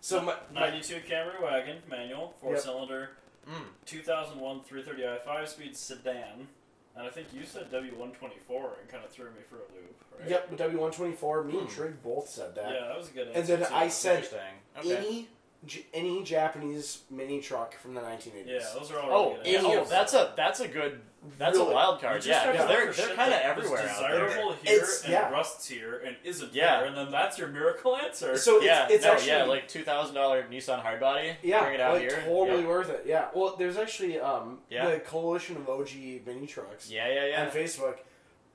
So my, my-
Ninety two Camry wagon manual four cylinder
Mm.
2001 330i 5 speed sedan. And I think you said W124 and kind of threw me for a loop, right?
yep, W one twenty four. Me and
Hmm.
Trig both said that.
Yeah, that was a good answer.
And then
too.
I said
Interesting. Okay.
any J- any Japanese mini truck from the nineteen
Yeah,
eighties.
those are all
Oh,
really
any
yeah,
good
of
oh,
answers.
them.
that's a that's a good that's
Really?
a wild
You
card.
just
Yeah,
gotta
because
look
they're
for
they're
shit
kind of
that is
everywhere out there.
Desirable here
It's-
and
yeah.
rusts here and isn't
Yeah.
there, and then that's your miracle answer.
So
Yeah,
it's, it's
no,
actually
yeah, like two thousand dollar Nissan hardbody.
yeah,
bring it out
like,
here.
totally
Yep.
worth it. Yeah. Well, there's actually um
Yeah.
the coalition of OG mini trucks.
Yeah, yeah, yeah.
on Facebook.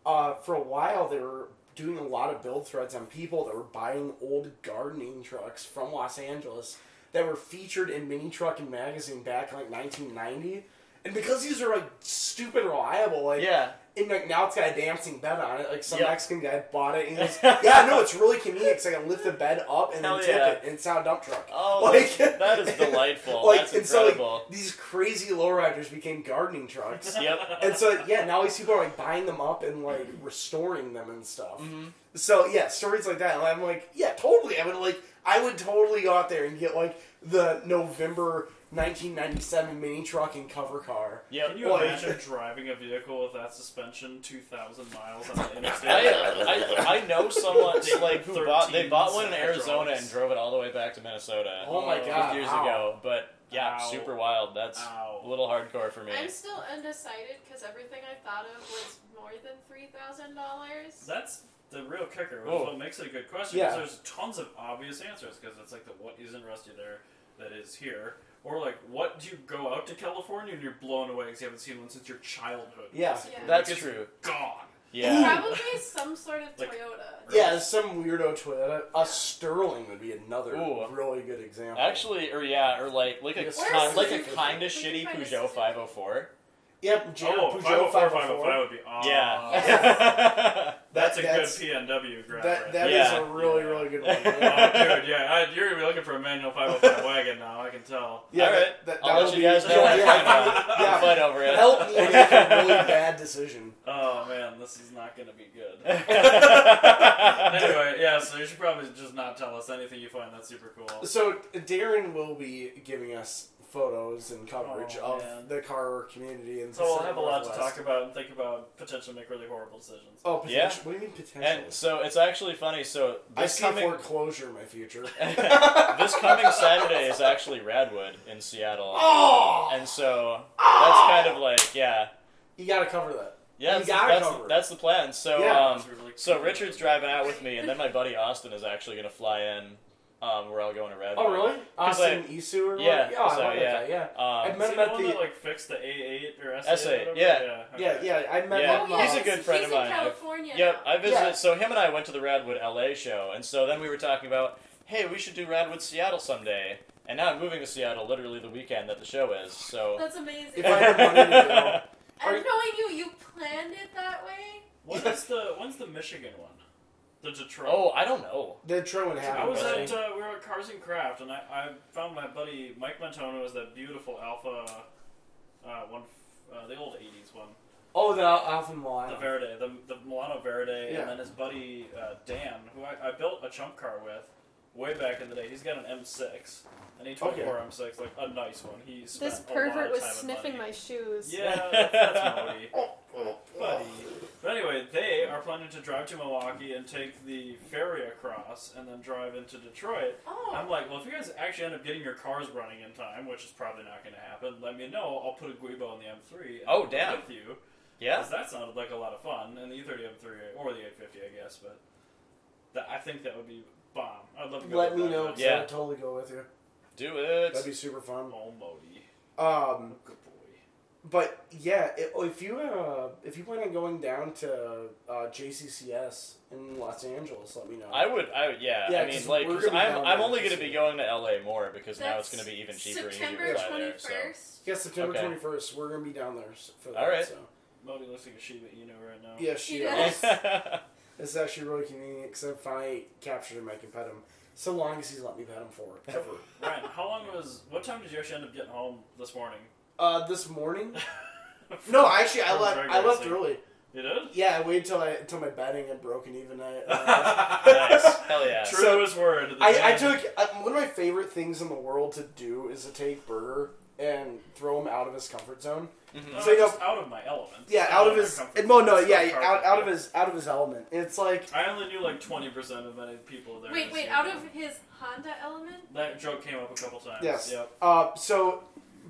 Uh, for a while, they were doing a lot of build threads on people that were buying old gardening trucks from Los Angeles that were featured in Mini Truck and Magazine back in like 1990. And because these are like stupid reliable, like
yeah,
and like now it's got a dancing bed on it. Like some
Yeah.
Mexican guy bought it and he goes, "Yeah, no, it's really convenient because I can lift the bed up and
Hell
then
yeah.
tip it, and it's not a dump truck."
Oh,
Like-
that's- that is delightful.
like
that's
and so like,
incredible.
these crazy lowriders became gardening trucks,
yep.
and so yeah, now these people are like buying them up and like restoring them and stuff.
Mhm.
So yeah, stories like that. And I'm like, yeah, totally. I would like, I would totally go out there and get like the November 1997 mini truck and cover car.
Yep.
Can you
Well,
imagine driving a vehicle with that suspension 2,000 miles on the interstate?
I, I, I know someone like who bought they bought one in
13
Arizona
hydraulics.
and drove it all the way back to Minnesota.
Oh my God,
a few Mm, years
ow.
ago, but yeah,
Ow.
super wild. That's
Ow.
a little hardcore for me.
I'm still undecided because everything I thought of was more than three thousand dollars.
That's the real kicker. Which
Oh.
is what makes it a good question.
Yeah.
Because there's tons of obvious answers. Because it's like the what isn't rusty there that is here, or like what do you go out to California and you're blown away because you haven't seen one since your childhood.
Yeah.
It's
Yeah.
That's
Like, it's
true.
Gone.
Yeah.
Probably some sort of
Like-
Toyota.
Yeah, there's some weirdo Toyota. A Sterling would be another
Ooh.
really good example.
Actually, or yeah, or like like a
Yes.
kind, like a
Where's-
kind of
we can
shitty
find a
Peugeot
Suzuki.
504.
yep, Jared
oh,
Peugeot
504,
504.
505 would be awesome.
Yeah.
That's a
That- that's-
good PNW grab.
That that
right there.
is
Yeah.
a really really good one.
oh, dude, yeah, I, you're gonna be looking for a manual 505 wagon now. I can tell.
Yeah,
All
that-
right.
that-
I'll
that
let
would
you
be-
guys know
yeah,
when I
yeah,
find
yeah.
I'll fight over it.
Help me make a really bad decision.
Oh man, this is not gonna be good. anyway, yeah, so you should probably just not tell us anything you find that's super cool.
So Darren will be giving us photos and coverage
Oh,
of
man.
the car community, and
So we'll have a lot to talk about and think about, potentially make really horrible decisions.
Oh,
Yeah.
potential. What do you mean potential?
and so it's actually funny. So
I
this
see
coming
foreclosure in my future.
this coming Saturday is actually Radwood in Seattle.
oh,
And so that's kind of like, yeah,
you gotta cover that.
yeah,
You
that's,
gotta
that's,
cover it.
that's the plan. So,
Yeah.
um,
It's really
so
cool.
Richard's driving out with me, and then my buddy Austin is actually gonna fly in. Um, we're all going to Redwood.
Oh, really?
'Cause,
Austin Isu or
yeah,
whatever? I
so,
like
yeah.
that guy, yeah. I
Um,
Is
met
he
him
the
at
one that
the
like fixed the A8 or S8?
S8,
or whatever?
yeah.
yeah,
yeah
okay.
yeah. I met
Yeah.
him.
Oh,
uh,
He's a good friend
he's
of mine.
In California.
yep, I visited.
Yeah.
So him and I went to the Radwood LA show, and so then we were talking about, hey, we should do Radwood Seattle someday. And now I'm moving to Seattle literally the weekend that the show is. So
That's amazing.
If I had money to
and knowing you, you planned it that way.
What is the when's the Michigan one? The Detroit.
oh, I don't know.
The Truman had
I was
him,
at uh, we were at Cars and Craft, and I, I found my buddy Mike Montano was that beautiful Alpha, uh, one, uh, the old '80s one,
Oh, the Alpha Milan.
the Verde, the, the Milano Verde,
Yeah.
and then his buddy uh, Dan, who I, I built a chump car with way back in the day. He's got an M6, an A24
Okay.
M6, like a nice one. He spent
This
a lot of
pervert was
time and
sniffing
money.
my shoes.
Yeah, that's, that's Modi.
Oh,
Buddy. But anyway, they are planning to drive to Milwaukee and take the ferry across and then drive into Detroit.
Oh,
I'm like, well, if you guys actually end up getting your cars running in time, which is probably not going to happen, let me know. I'll put a Guibo on the M3 and
Oh,
I'll be
damn.
with you.
Yeah.
'Cause that sounded like a lot of fun. And the E E30 M3 or the 850, I guess. But that, I think that would be bomb. I'd love to go
Let
with
me
that.
know. 'cause
That's
I
Yeah.
would totally go with you.
Do it.
That'd be super fun.
all Modi.
Um,
Good boy.
But yeah, i if you uh, if you plan on going down to uh, JCCS in Los Angeles, let me know.
I would, I would, yeah.
Yeah,
I
'cause
mean, like,
we're
'cause
gonna be
I'm,
down
I'm
there
only
this
going to be
year.
going to LA more because now it's
That's
going to be even cheaper
September
and easier to fly
twenty
there. So.
first.
yeah, September
Okay.
twenty first. We're gonna be down there s- for that.
All right.
So.
Modi looks like a Shiba Inu right now.
Yeah, she.
She
is.
does.
It's actually really convenient because if I captured him, I can pet him. So long as he's let me pet him for ever.
Ryan, how long was? What time did you actually end up getting home this morning?
uh, this morning? No, actually, I
From
left.
drag
I left
racing.
early.
You did.
Yeah, I waited till I until my betting had broken even. I. Uh,
nice. Hell yeah.
True
So,
to his word. the
I, I
man-
took uh, one of my favorite things in the world to do is to take Burger and throw him out of his comfort zone.
No,
so, you
just out of my element.
Yeah, out of
their
his.
comfort
No,
zone.
no,
It's
yeah,
so
out,
hard.
out of his out of his element. It's like
I only knew like twenty percent of many people there.
Wait, wait, out of his Honda element?
that joke came up a couple times.
Yes.
Yep.
uh, so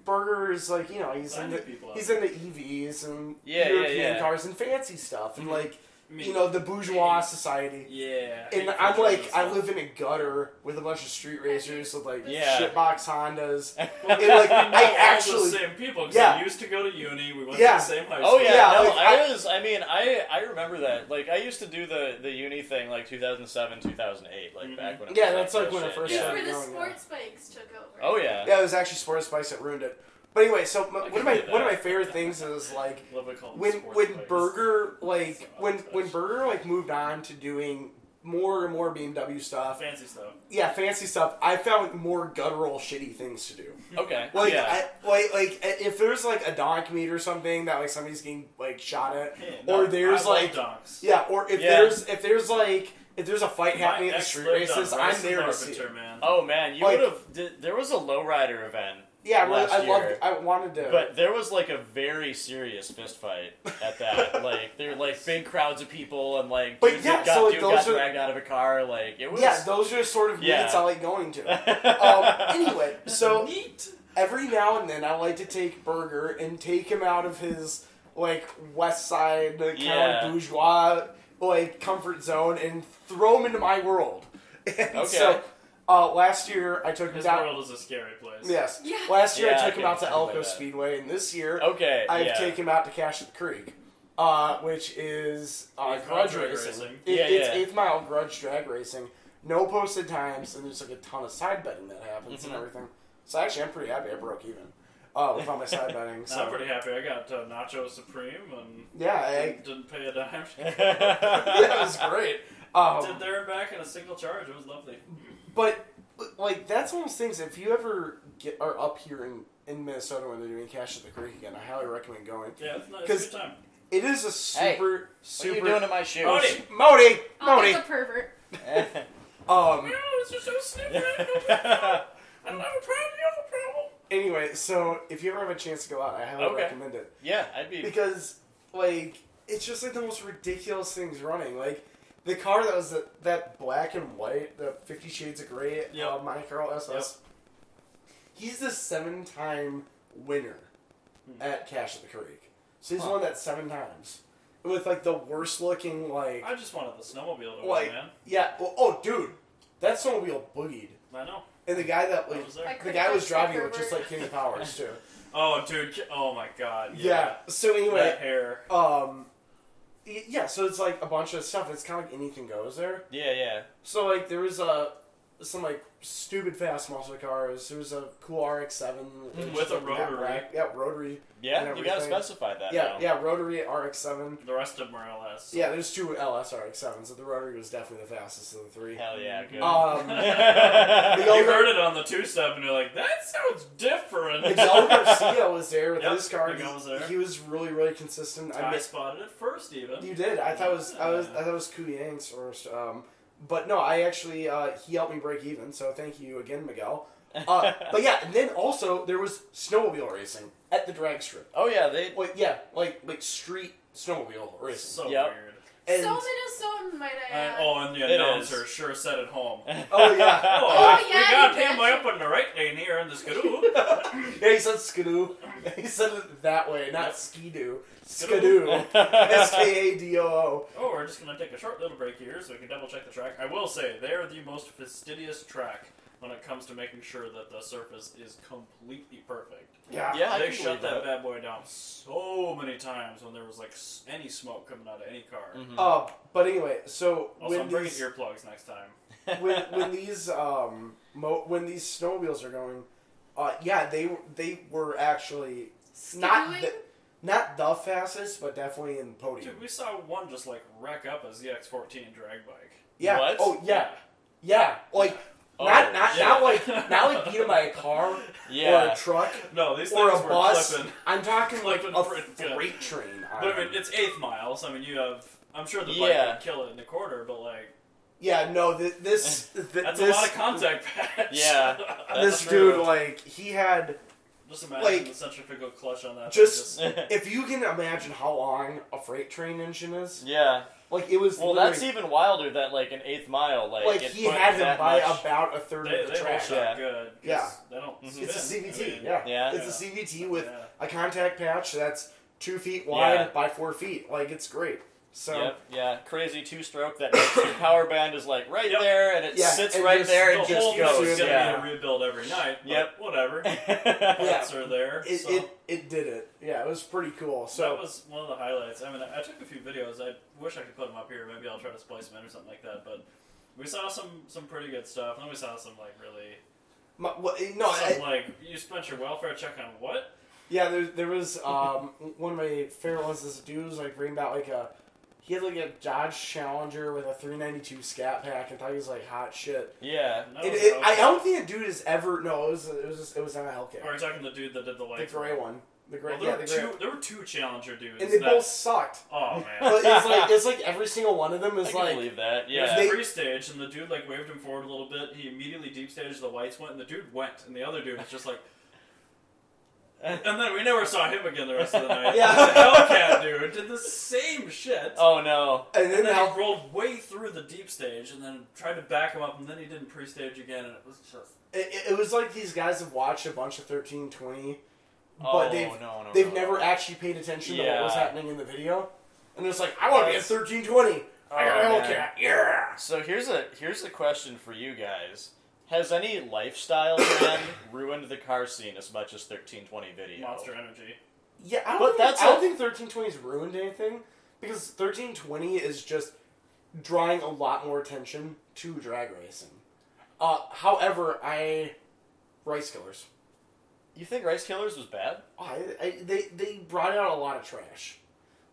Burger is like you know he's
I knew
into
people out
he's
there.
into EVs and
Yeah, yeah,
European
yeah. Mm-hmm.
cars and fancy stuff and
Mhm.
like
Me.
you know the bourgeois society.
Yeah.
And
hate
I'm
culture
like I
stuff.
live in a gutter with a bunch of street racers with like
Yeah.
shitbox
Mm-hmm.
Hondas.
Well,
and, like,
we know
I
all
actually-
the same people 'cause
yeah.
we used to go to uni. We went
Yeah.
to the same high school.
Oh yeah,
Yeah,
no,
like,
I,
I-
was. I mean, I I remember that. Like, I used to do the the uni thing, like 2007, 2008, like
Mhm.
back when. It
Mm-hmm. Yeah,
was
that's,
that
like, when
real
I
shit.
first
It's
Yeah.
started.
where the
growing up.
sports bikes took over.
Oh yeah.
Yeah, it was actually sports bikes that ruined it. But anyway, so my,
I
one of
can
my
do
one of
that.
my favorite things is like
Love it called
when
sports
when
players.
Burger like
It's
when
not
when
touched.
Burger like moved on to doing more and more BMW stuff.
fancy stuff.
Yeah, fancy stuff. I found more guttural, shitty things to do.
Okay.
Like,
yeah.
I, like, like if there's like a dock meet or something that like somebody's getting like shot at,
Hey,
or
no,
there's
I love
like
donks.
yeah, or if
Yeah.
there's if there's like if there's a fight
My
happening at the
ex
street
lived on
races, I'm
Bryson
there to see.
Carpenter,
it.
man.
oh man, you
like-
would have. Did, there was a lowrider event,
Yeah, well,
Last
I love.
year.
I wanted to.
but there was like a very serious fist fight at that. like there were like big crowds of people and like
But
dudes
yeah,
that got,
so, like,
dude
those
got
are-
dragged out of a car. Like it was.
yeah, those are sort of
Yeah.
meets I like going to. um, anyway, so
neat.
every now and then I like to take Burger and take him out of his like West Side kind
Yeah.
of bourgeois like comfort zone and throw him into my world. And
Okay.
So uh, last year I took him
His
down.
world is a scary place.
Yes.
Yeah.
Last year I
Yeah, I
took him
can
out to
totally
Elko
that.
Speedway, and this year
okay.
I've
yeah.
taken him out to Cache at the Creek, uh, which is uh,
Yeah,
grudge
drag
racing.
racing.
It-
Yeah,
it's
yeah.
eighth mile grudge drag racing. No posted times, and there's like a ton of side betting that happens and
Mhm.
everything. So actually, I'm pretty happy I broke even uh, with all my side betting.
I'm
So
pretty happy. I got uh, Nacho Supreme and
yeah, I,
didn't, didn't pay a dime.
yeah, it was great. Um,
Did there and back in a single charge. It was lovely.
but like that's one of those things. If you ever get are up here in in Minnesota when they're doing Cash at the Creek again, I highly recommend going.
Yeah, it's, not, it's a
'Cause-
good time.
It is a
Hey,
super
What are
super.
you doing to my shoes?
Howdy.
Modi,
Oh,
Modi.
that's a pervert.
Um,
Oh, it's just so snippy. I don't have a problem. You have a problem.
Anyway, so if you ever have a chance to go out, I highly
Okay.
recommend it
yeah, I'd be.
because like it's just like the most ridiculous things running. Like the car that was the, that black and white, the Fifty Shades of Grey,
Yep.
uh, Monte Carlo SS. He's the seven-time winner at Cash at the Creek, so he's
Huh.
won that seven times with like the worst-looking like
I just wanted the snowmobile to
like
win, man.
yeah. Well, oh, dude, that snowmobile boogied,
I know.
and the guy that
I
like.
was
Like-
there.
The guy was driving it
Pervert.
just like Kenny Powers too.
Oh, dude. ki- Oh, my God.
Yeah.
Yeah.
So
That
anyway,
hair.
um, y- yeah. So it's like a bunch of stuff. It's kind of like anything goes there.
yeah, yeah.
So like there was a some like stupid fast muscle cars. There was a cool RX seven
With a rotary.
Yeah, rotary.
Yeah,
and
you gotta
everything.
specify that.
yeah,
now.
yeah, rotary RX seven.
The rest of them are LS.
Yeah, there's two LS RX sevens. So the rotary was definitely the fastest of the three.
Hell yeah,
Mm-hmm.
good.
Um,
You
The old-
heard it on the two step, and you're like, that sounds different.
Miguel Garcia was there with
Yep,
his car.
Miguel was there.
He was really, really consistent. I
I
missed
spotted it first, even.
You did. I thought it was I was I thought it was Ku Yang's first. Um, but no, I actually uh, he helped me break even. So thank you again, Miguel. Uh, but yeah, and then also there was snowmobile racing at the drag strip.
oh yeah, they.
Like yeah, like like street snowmobile racing.
so
Yep.
weird.
And,
so Minnesotan, might I
And,
add.
oh, and the
It
announcer
is.
sure said it home.
oh yeah,
Oh,
Oh,
we- we
yeah, you
got
did.
him way up on the right lane here in the skidoo.
yeah. He said skidoo. He said it that way, not skidoo.
Skidoo.
Skidoo. S K A D O O.
Oh, we're just gonna take a short little break here so we can double check the track. I will say they are the most fastidious track when it comes to making sure that the surface is completely perfect.
Yeah.
Yeah, I
they
can
shut
believe
that
that.
bad boy down so many times when there was like s- any smoke coming out of any car.
Mhm.
Uh, but anyway, so
Also,
when
I'm bringing
these-
earplugs next time.
when when these um mo- when these snowmobiles are going, uh, yeah, they were- they were actually not
Skidooing?
the, not the fastest, but definitely in the podium.
Dude, we saw one just like wreck up a ZX14 drag bike.
Yeah.
What?
Oh yeah, yeah. Like
Oh,
not not
yeah.
not like not like beat by a car or
yeah.
a truck
No, these
or
things
a
were
bus.
clipping.
I'm talking like
Flipping
a
pretty good.
freight train. on
But I mean,
them.
it's eighth miles. I mean, you have. I'm sure the bike
Yeah.
would kill it in a quarter, but like
yeah, no, th- this th-
that's
this
a lot of contact patch.
Yeah.
this
That's true.
dude like he had
Just imagine
Like,
the centrifugal clutch on that.
just-
thing
if you can imagine how long a freight train engine is.
yeah.
Like it was
Well,
literally-
that's even wilder. That like an eighth mile, like
like
it
he
put
had him
that
by
much-
about a third
they,
of the
they all
track.
shot
Yeah.
good. 'cause
Yeah.
They don't.
Mhm.
Spin.
It's a CVT,
I mean,
yeah.
Yeah.
It's a CVT with a contact patch that's two feet wide
Yeah.
by four feet. Like it's great. So
Yep, yeah, crazy two stroke that makes your power band is like right
Yep.
there and it
Yeah,
sits
and
right
just-
there
The
and
it
whole
just
thing
goes.
is gonna
Yeah.
be a rebuild every night. but
Yep.
Whatever.
yeah.
Points are there.
it,
so.
it it did it. Yeah, it was pretty cool.
So that
So
was one of the highlights. I mean, I I took a few videos. I wish I could put them up here. Maybe I'll try to splice them in or something like that. But we saw some some pretty good stuff. And then we saw some like really
my, well, no,
some
I,
like you spent your welfare check on what?
Yeah, there, there was um, one of my favorite ones. This dude was like bringing back like a he had like a Dodge Challenger with a 392 Scat Pack and thought he was like hot shit.
Yeah.
No,
It, it,
no.
I don't think a dude has ever no. It was it was just, it was not a
Are
Hellcat.
you talking the dude that did the
The
lights?
gray one. The gray
Well, there
yeah,
were
the gray.
two. There were two Challenger dudes.
and they
that-
both sucked.
Oh man.
But it's like it's like every single one of them
I
is
can
like
believe that.
Yeah,
Yeah.
They-
free stage, and the dude like waved him forward a little bit. He immediately deep staged. The lights went, and the dude went, and the other dude was just like. And then we never saw him again the rest of the night.
Yeah.
the Hellcat dude did the same shit.
oh no.
and
And
then
then
Hell-
he rolled way through the deep stage, and then tried to back him up, and then he didn't pre-stage again, and it was just.
It, it- it was like these guys have watched a bunch of thirteen twenty, but
oh
they've
no, no.
they've
no.
never actually paid attention to what was
Yeah.
happening in the video, and it's like I want to be at thirteen twenty. I got a
Oh, man.
Hellcat, yeah.
So here's a here's a question for you guys. Has any lifestyle trend ruined the car scene as much as 1320 video?
Monster Energy.
Yeah, I don't
But
think,
that's
I don't
a-
think thirteen twenty has ruined anything because thirteen twenty is just drawing a lot more attention to drag racing. Uh, however, I Rice Killers,
You think Rice Killers was bad?
oh, I, I, they they brought out a lot of trash.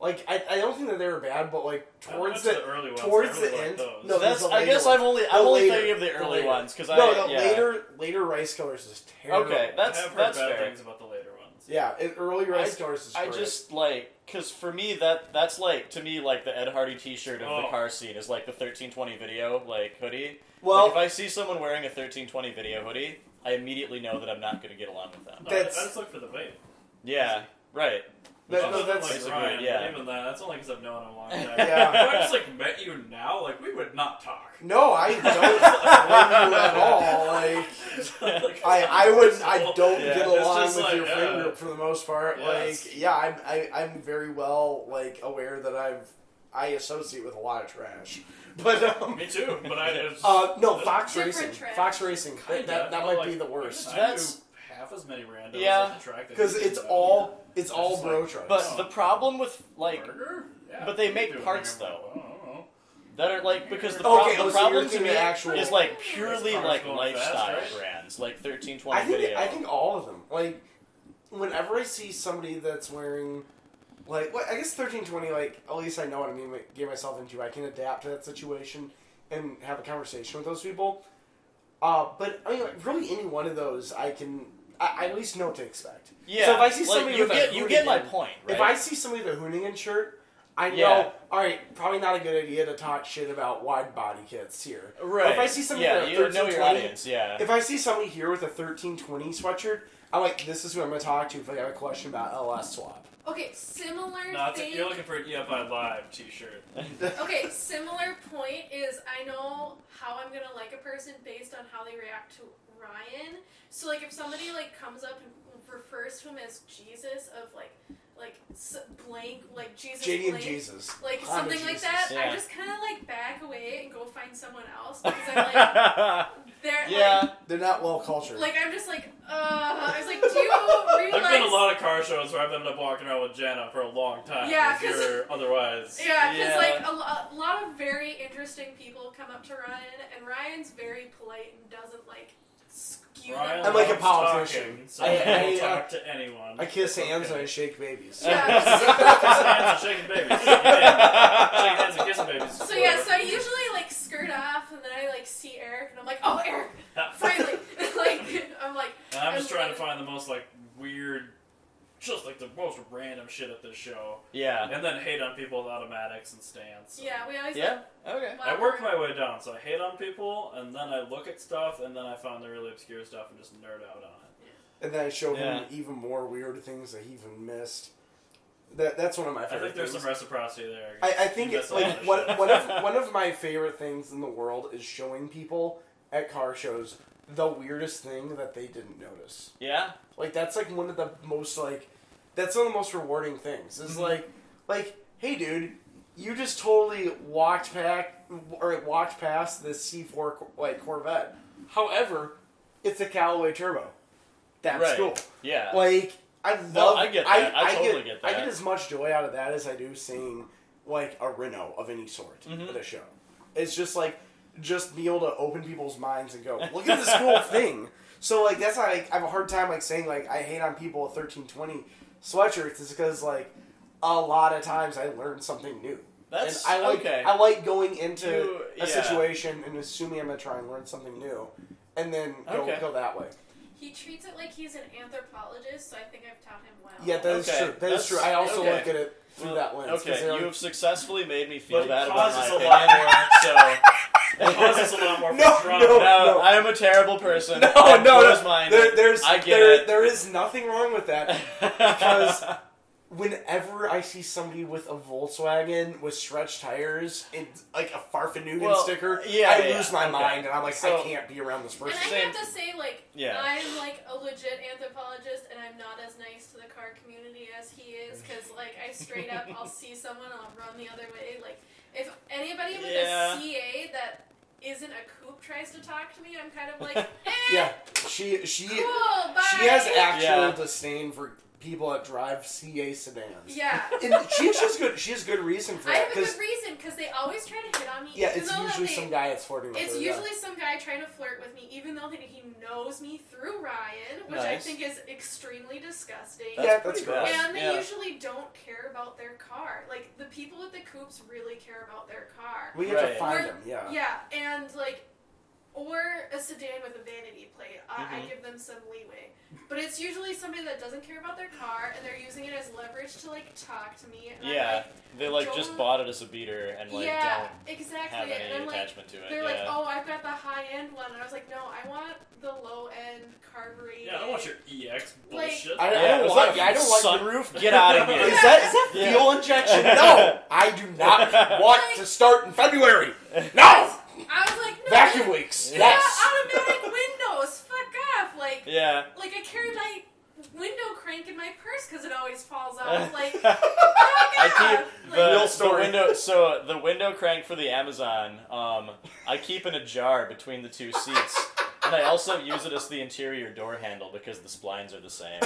Like I, I don't think that they were bad, but like
Uh,
I
towards
went to
the
the early ones.
towards
I really
the
liked
end-
Those.
no,
that's.
the
I
later
guess
one.
I'm only
The
I'm only
later-
thinking of the
the
early
later.
ones because I
no, no,
yeah.
later later Rice Killers is terrible.
Okay,
I
that's
have heard
that's
bad
fair.
things about the later ones.
yeah, it, early Rice
I-
Killers is
I
great.
just like because for me that that's like to me like the Ed Hardy T-shirt of the
Oh.
car scene is like the 1320 video like hoodie.
well,
Like, if I see someone wearing a 1320 video hoodie, I immediately know that I'm not going to get along with them.
No,
That's-
I just look for the vape.
Yeah, right.
that-
Well,
no, that's
like
disagree,
Ryan,
yeah.
Even that, that's only because I've known him a long time.
Yeah.
If I just like met you now, like we would not talk.
no, I don't blame you at all. Like
Like,
I, I would I don't
Yeah.
get
It's
along
just
with
like,
your friend
uh,
group for the most part.
yeah, it's-
Like yeah, I'm I, I'm very well like aware that I've I associate with a lot of trash, but um,
Me too, but I. It's,
uh, no Fox
Different
Racing,
trash.
Fox Racing that
kinda,
that, that
but,
might
like,
be the
I
worst
knew
That's-
half as many randos
Yeah.
at the track that
because
you
it's
know.
all it's all
just like-
bro trucks.
But the problem with like
Burger? Yeah,
but they
you
make
do it,
parts,
and you're
though.
like, "Well, I don't know."
that are like because the,
Okay,
prob-
oh,
the
so
problem
you're
to
thinking
me
the actual-
is like purely
Cars
like
going
lifestyle
fast, right?
brands like 1320
I think
video.
I think all of them. Like whenever I see somebody that's wearing like well, I guess thirteen twenty. Like at least I know what I mean. like, Get myself into. I can adapt to that situation and have a conversation with those people. Uh, but I mean, like, really, any one of those, I can. I, I at least know what to expect.
yeah.
So if I see
like,
somebody
you
with a
get you get my
hooligan-
point, right?
If I see somebody with a Hoonigan shirt, I know.
Yeah.
All right, probably not a good idea to talk shit about wide body kits here.
right.
If I see somebody
yeah,
that
you know your
1320
audience, yeah.
If I see somebody here with a thirteen twenty sweatshirt, I'm like, this is who I'm gonna talk to if I got a question about LS swap.
Okay, similar
No, it's-
thing.
you're looking for an EFI Live t shirt.
Okay, similar point is I know how I'm gonna like a person based on how they react to Ryan. So like if somebody like comes up and refers to him as Jesus of like like s- blank like Jesus
JD and
blank,
Jesus.
like
Honda
something like
Jesus,
that,
yeah.
I just kind of like back away and go find someone else because I'm like they're
yeah.
They're not well cultured.
like, like I'm just like uh I was like do you
There's been a
realize
lot of car shows where I've ended up walking around with Jana for a long time.
Yeah, 'cause-
because you're otherwise.
Yeah, because
Yeah.
like a, lo- a lot of very interesting people come up to Ryan, and Ryan's very polite and doesn't like skew.
Ryan
them.
I'm like a
loves
politician.
talking, so
I-
I,
I,
will
uh,
talk to anyone.
I kiss
It's
hands
okay.
and I shake babies.
Yeah.
Kiss hands and shaking babies. Yeah. Shaking hands and kissing babies.
so yeah, so I usually like skirt off, and then I like see Eric, and I'm like, oh Eric, finally! like I'm like,
And I'm just trying to find the most like weird, just like the most random shit at this show,
Yeah.
and then hate on people with automatics and stance.
yeah, we always
Yeah. Okay.
Like,
I work my way down, so I hate on people, and then I look at stuff, and then I find the really obscure stuff and just nerd out on it.
And then I show him
Yeah.
even more weird things that he even missed. That that's one of my
I
favorite
think there's
things.
some reciprocity there.
I, I think
You
it's
miss a lot
like
of
one,
shit.
one of one of my favorite things in the world is showing people at car shows the weirdest thing that they didn't notice.
Yeah.
Like that's like one of the most like that's one of the most rewarding things. Is
Mhm.
like like hey dude, you just totally walked back or walked past this C four like Corvette. However, it's a Callaway turbo. That's
Right.
cool.
Yeah.
Like I love.
No, I get that. I totally get
I get
that.
as much joy out of that as I do seeing like a Renault of any sort
Mhm.
at a show. It's just like just be able to open people's minds and go, look at this cool thing. So like that's why like, I have a hard time like saying like I hate on people with thirteen twenty sweatshirts is because like a lot of times I learn something new.
That's
and I like
okay.
I like going into
You-
a
yeah.
situation and assuming I'm gonna try and learn something new, and then go
Okay.
go that way.
He treats it like he's an anthropologist, so I think I've taught him well.
Yeah, that is
Okay,
true. That is
that's-
true. I also
okay.
look at it through
Well,
that lens. 'cause
Okay,
they're
you
like-
have successfully made me feel
But it
bad about my
causes a
opinion.
lot
so
It causes a lot more
No,
drama.
no,
no,
no.
I am a terrible person.
No,
I'm
no, no.
closed-minded.
There, there's,
I get
there,
it.
there is nothing wrong with that. because- Whenever I see somebody with a Volkswagen with stretched tires and like a Farfanugan
Well,
sticker,
yeah,
I
yeah,
lose my
okay.
mind and I'm like,
So-
I can't be around this
And
person.
I
Same-
have to say, like,
Yeah.
I'm like a legit anthropologist, and I'm not as nice to the car community as he is, because like I straight up, I'll see someone, I'll run the other way. Like, if anybody with
Yeah.
a CA that isn't a coupe tries to talk to me, I'm kind of like, eh,
Yeah, she she
cool, bye.
she has actual
Yeah.
disdain for people that drive CA sedans.
yeah.
And she actually has good she has good reason for
I
that
have a
because
good reason because they always try to hit on me.
yeah,
even
it's
though that
usually
they-
some guy that's flirting with
It's
her. yeah.
usually some guy trying to flirt with me, even though that he knows me through Ryan, which I
Nice.
think is extremely disgusting.
Yeah, that's
pretty
gross.
bad.
And they
yeah.
usually don't care about their car. Like the people with the coupes really care about their car.
we have
Right.
to find
Or-
them. Yeah.
Yeah, and like, or a sedan with a vanity plate. I, I
Mhm.
give them some leeway, but it's usually somebody that doesn't care about their car and they're using it as leverage to like talk to me. And I'm
yeah,
like,
they like just
don't-
bought it as a beater and like
yeah,
don't have
exactly. And
any
I'm like,
attachment to it.
they're like,
yeah.
oh, I've got the high end one. And I was like, no, I want the low end carbureted.
Yeah, I don't want your EX
Like-
bullshit.
I- I
yeah,
don't
was
like-
that
I don't like-
sunroof. Get out of here.
Is that is that
Yeah.
fuel injection? No, I do not want to start in February. No,
I was like, no,
vacuum leaks.
Yeah.
Yes.
Yeah, automatic windows. Fuck off. Like,
yeah.
like I carried my window crank in my purse because it always falls off. Like, oh fuck off.
I keep the,
Real
the
story.
window. So the window crank for the Amazon, um, I keep in a jar between the two seats, and I also use it as the interior door handle because the splines are the same.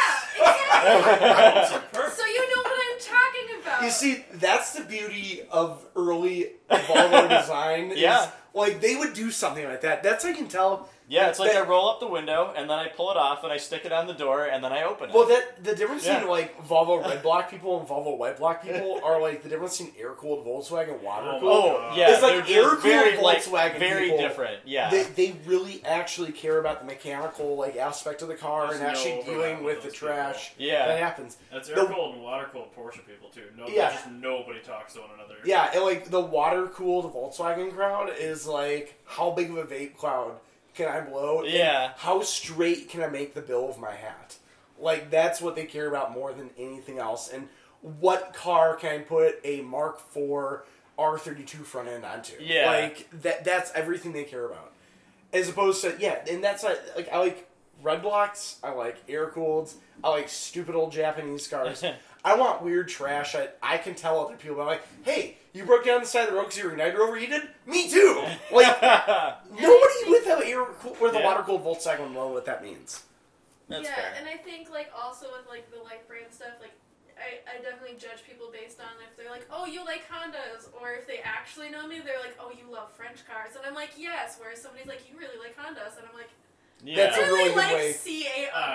yeah,
Roads
yeah,
are perfect.
exactly. so you know what I'm talking about.
You see, that's the beauty of early Volvo design. is,
Yeah.
like they would do something like that. That's how you can tell.
it's like I roll up the window and then I pull it off and I stick it on the door and then I open it.
Well, that the difference
Yeah.
between like Volvo red block people and Volvo white block people are like the difference between air cooled Volkswagen and water cooled.
oh yeah,
It's like
they're
air-cooled
just very like
Volkswagen
very
people.
different. Yeah,
They, they really actually care about the mechanical like aspect of the car
There's
and
no
actually
overlap
dealing
with
with the
those
trash that
yeah.
happens.
That's
The-
air cold and water cold Porsche people too. No,
Yeah.
just nobody talks to one another.
Yeah, and like the water cooled Volkswagen crowd is like how big of a vape cloud can I blow? and
Yeah.
How straight can I make the bill of my hat? Like that's what they care about more than anything else. And what car can I put a Mark IV R32 front end onto?
Yeah.
Like that that's everything they care about. As opposed to yeah, and that's not, like I like red blocks, I like air cooled, I like stupid old Japanese cars. I want weird trash. I, I can tell other people. I'm like, hey, you broke down the side of the road because your igniter overheated. Me too. Like nobody with a air cool- with a
Yeah.
water cooled Volkswagen will know what that means.
That's
yeah,
fair.
and I think like also with like the life brand stuff, like I, I definitely judge people based on if they're like, oh, you like Hondas, or if they actually know me, they're like, oh, you love French cars, and I'm like, yes. Whereas somebody's like, you really like Hondas, and I'm like,
That's
I
a
yeah.
really
really
good
like
way-
CA
I have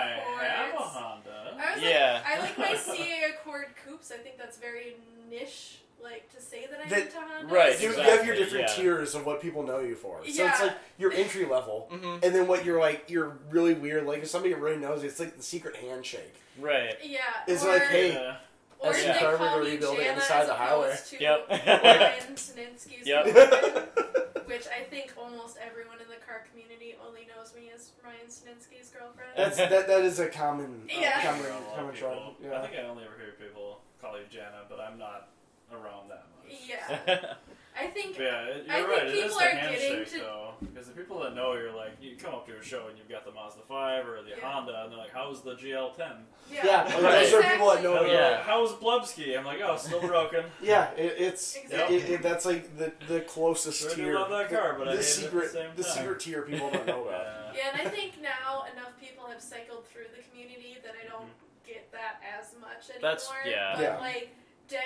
a
Accords.
Honda.
I was
Yeah.
like, I like my CA Accord coupes. I think that's very niche, like to say that I'm
That-
into Hondas.
right,
You, you have your
Exactly,
different
yeah.
tiers of what people know you for. So
Yeah.
it's like your entry level,
Mm-hmm.
Mhm.
and then what you're like, you're really weird. Like if somebody really knows, you, it's like the secret handshake.
Right.
Yeah.
It's
or,
like, hey,
Yeah.
or
as
if
you
they
carve
call
it or
me
rebuild it on
Jana
the side of
as
the highway.
opposed to
Yep.
Ryan Saninsky's
Yep.
girlfriend, which I think almost everyone in the car community only knows me as Ryan Saninsky's girlfriend.
That's that. That is a common, uh,
Yeah.
common,
around a lot of
common trope.
people.
Yeah.
I think I only ever hear people call you Jana, but I'm not around that much.
yeah. I think
But yeah, it-
I
you're
think
right. It is
people
the
are getting
handshake
to-
though, because the people that know you're like, you come up to a show and you've got the Mazda Five or the
Yeah.
Honda, and they're like, "How's the GL10?"
yeah.
Yeah,
like, those
are people that
Exactly.
know
And
Oh,
they're
yeah.
like, How's Blubsky? I'm like, "Oh, still broken."
Yeah, it, it's
Exactly.
it, it, that's like the the closest
Sure do
tier.
love that car, but
the
I hate it at the
secret,
same
the
time.
secret tier people don't know about.
Yeah.
Yeah, and I think now enough people have cycled through the community that I don't get that as much anymore.
Mm-hmm. That's- yeah.
But
Yeah.
like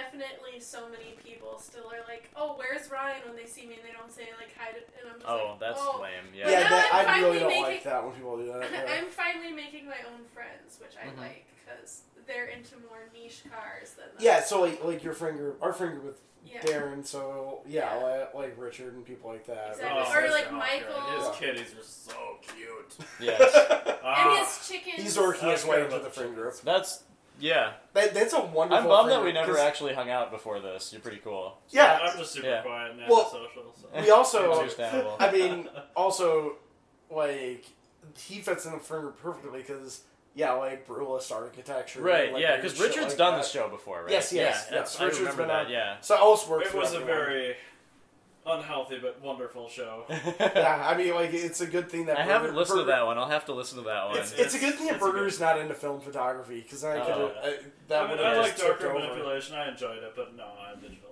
definitely so many people still are like, oh, where's Ryan when they see me and they don't say like hi to, and I'm just
Oh,
like,
that's
oh,
lame. Yeah.
Yeah,
now
that,
I'm
I really
finally
don't like
making-
that when people do that. yeah.
I'm finally making my own friends, which I
Mhm.
like because they're into more niche cars than the-
Yeah, so like like your friend group, our friend group with
yeah.
Darren, so yeah,
Yeah.
Like, like Richard and people like that.
Exactly.
It's
Oh,
Or, like,
Mr. Hawker.
Michael.
His kitties are so cute.
Yes.
And
Ah,
his chickens.
He's working his
I
way
care
into the
about the
friend group.
That's yeah.
That, that's a wonderful.
I'm bummed that
friend
we
group,
never
'cause-
actually hung out before this. You're pretty cool.
Yeah,
I'm just super
Yeah.
quiet and
Well-
antisocial. So.
We also-
Understandable.
I mean, also like he fits in the friend group perfectly because yeah, like brutalist architecture.
right.
like,
Yeah,
weird
because
shit
Richard's
like
done
that.
this show before, right?
Yes, yes,
yeah, that's-
yes.
I
Richard's
remember
been
that.
on-
Yeah.
So I always worked.
It
for
was a
everyone.
very unhealthy but wonderful show.
Yeah, I mean, like it's a good thing that
I haven't
Burger-
listened to
Burger-
that one. I'll have to listen to that one.
It's, it's, a good thing that
it's a good-
Burger's not into film photography because I could
Oh.
uh, that
I mean,
would
I
have
like
just tipped
darker
over.
manipulation. I enjoyed it, but no, I'm digital.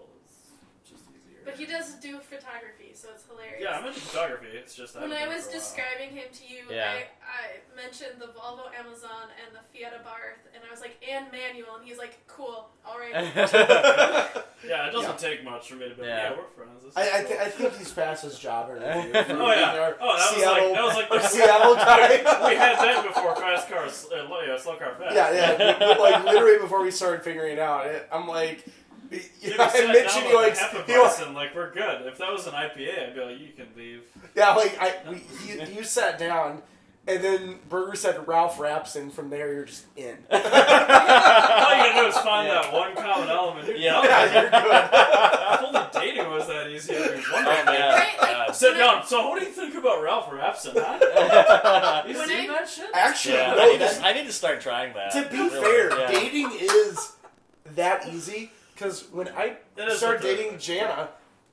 It's just easier.
But he does do photography, so it's hilarious.
yeah, I'm into photography. It's just
When
haven't
I
done it
was
for a while.
describing him to you,
Yeah.
I, I mentioned the Volvo Amazon and the Fiat Abarth, and I was like, and manual, and he's like, cool, all right.
Yeah, it doesn't take much for me to be. like,
Yeah.
Yeah, we're friends. This is
I, I,
cool.
th- I think he's passed his job interview.
Oh yeah.
Our
Oh, that
Seattle,
was like that was like
our
the
Seattle guy.
we had that before fast cars, uh, lo- yeah, slow car fast.
yeah, yeah. but- but, like literally before we started figuring it out, it, I'm like, yeah,
If
I
sat
mentioned
down
he
with
likes,
a half a
he likes,
person, like we're good. If that was an IPA, I'd be like, you can leave.
yeah, like I, we, you, you sat down, and then Burger said Ralph raps, and from there you're just in.
All you gotta do is find
Yeah.
that one common element. You're
Yeah.
done.
yeah, you're good.
If only dating was that easy, it'd be
Oh,
wonderful.
yeah.
Right, like-
yeah.
Sit down. So, what do you think about Ralph Rapson? Huh? You
When
seen
I-
that shit?
Actually,
Yeah,
no,
I, need
that's-
to, I need to start trying that.
To be
Really,
fair,
yeah.
dating is that easy because when I
That is
started
the thing.
dating Jana,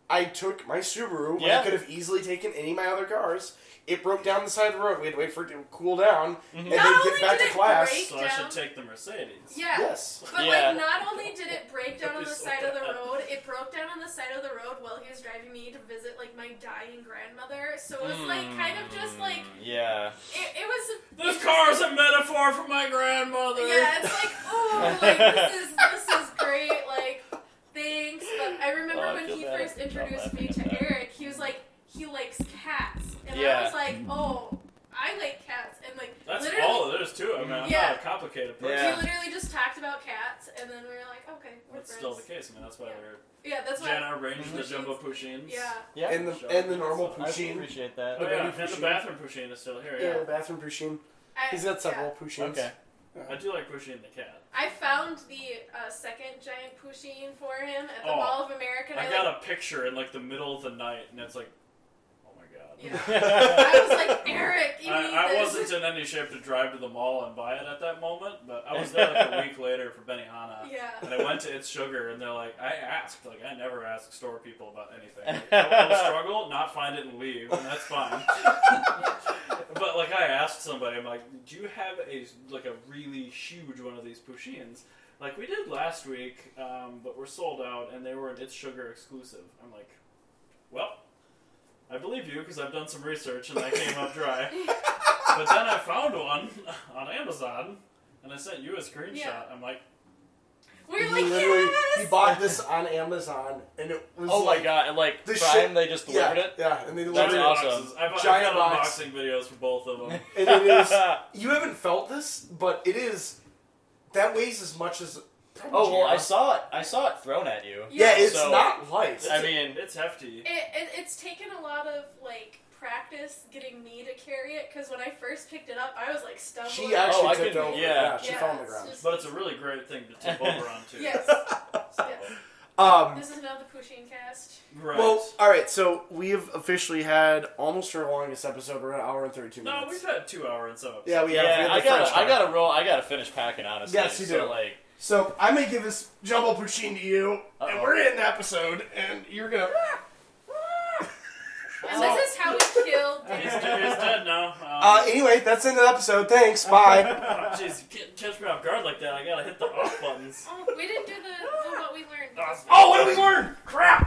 I took my Subaru when I
Yeah.
could have easily taken any of my other cars. It broke down the side of the road. We had to wait for it to cool down
Mm-hmm.
and
Not
then
only
get back
did
to
it
class.
break-
So I should
down.
take the Mercedes.
yeah.
Yes.
But
Yeah.
like, not only did it break down on the
Please
side of the
don't.
road, it broke down on the side of the road while he was driving me to visit like my dying grandmother. So it was like kind of just like
Mm, yeah.
it, it was.
This
it
car is
was-
a metaphor for my grandmother.
Yeah, it's like oh, like this is this is great. Like thanks, but I remember
Oh, I
when
feel
he
bad
first
about
introduced
laughing
me
at
to
that.
Eric, he was like he likes cats, and I
Yeah.
was like oh, I like cats, and like
That's
literally.
all there's to it, man. I'm
Yeah.
not a complicated
Yeah.
person.
We literally just talked about cats, and then we were like, okay, we're
That's
friends.
still the case, man. That's why
Yeah.
we're
Yeah, that's why.
Jenna arranged the
Mhm.
jumbo Pushins.
Yeah.
Yeah.
And the and the normal
I
I
Pusheen.
appreciate that.
Oh, yeah.
baby
And the
Pusheen.
bathroom Pushin is still here.
Yeah,
Yeah.
the bathroom Pusheen.
I,
He's got
yeah.
several Pusheens.
Okay.
I do like Pushin the cat.
I found the uh, second giant Pusheen for him at the
Oh.
Mall of America. And I,
I
like,
got a picture in like the middle of the night, and it's like, oh my god.
Yeah. I was like, Eric, you need
I, I
this.
wasn't in any shape to drive to the mall and buy it at that moment, but I was there like a week later for Benihana.
Yeah.
And I went to It's Sugar, and they're like, I asked. Like, I never ask store people about anything. Like, I'll, I'll struggle, not find it, and leave, and that's fine. but, like, I asked somebody, I'm like, do you have a, like, a really huge one of these Pushins? Like, we did last week, um, but we're sold out, and they were an It's Sugar exclusive. I'm like, well, I believe you, because I've done some research, and I came up dry. But then I found one on Amazon, and I sent you a screenshot.
Yeah.
I'm like,
we were
He
like,
literally he
yes!
bought this on Amazon and it was
oh
like,
my god! And like
this
Prime,
shit-
they just
Yeah,
delivered it.
yeah, and they
That's
delivered
giant
it.
awesome.
boxes. I've, I've
Giant
got
box.
unboxing videos for both of them.
And it is
Oh,
You haven't felt this, but it is. That weighs as much as.
oh well, I saw it. I saw it thrown at you.
Yeah,
Yeah.
it's
So-
not light.
I mean,
it's hefty.
It, it, it's taken a lot of, like, practice getting me to carry it, because when I first picked it up, I was, like, stumbling.
She actually
Oh, I
tipped
couldn't-
over.
yeah.
she
Yeah,
fell on the
it's
ground.
just-
But it's a really great thing to tip over on too.
Yes.
So,
yes.
Um,
This is another Pusheen cast.
right.
Well, all right. So we've officially had almost our longest episode. We're at an hour and thirty-two
no,
minutes.
we've had two hour and so.
yeah, we have. we
yeah,
had
I
the French
gotta, I
guy.
gotta roll. I gotta finish packing. Honestly,
Yes, you
so,
do.
Like,
So I'm gonna give this jumbo poutine to you, and
Uh-oh.
we're in an episode, and you're gonna.
Ah! And
Oh.
this is how we killed
He's,
Dexter.
dead- he's dead now.
Uh,
Um, oh,
anyway, that's the end of the episode. Thanks. Bye.
Jeez, you can't catch me off guard like that. I gotta hit the off buttons.
Oh, we didn't do the, the what we learned.
Oh, what do we learn? Crap.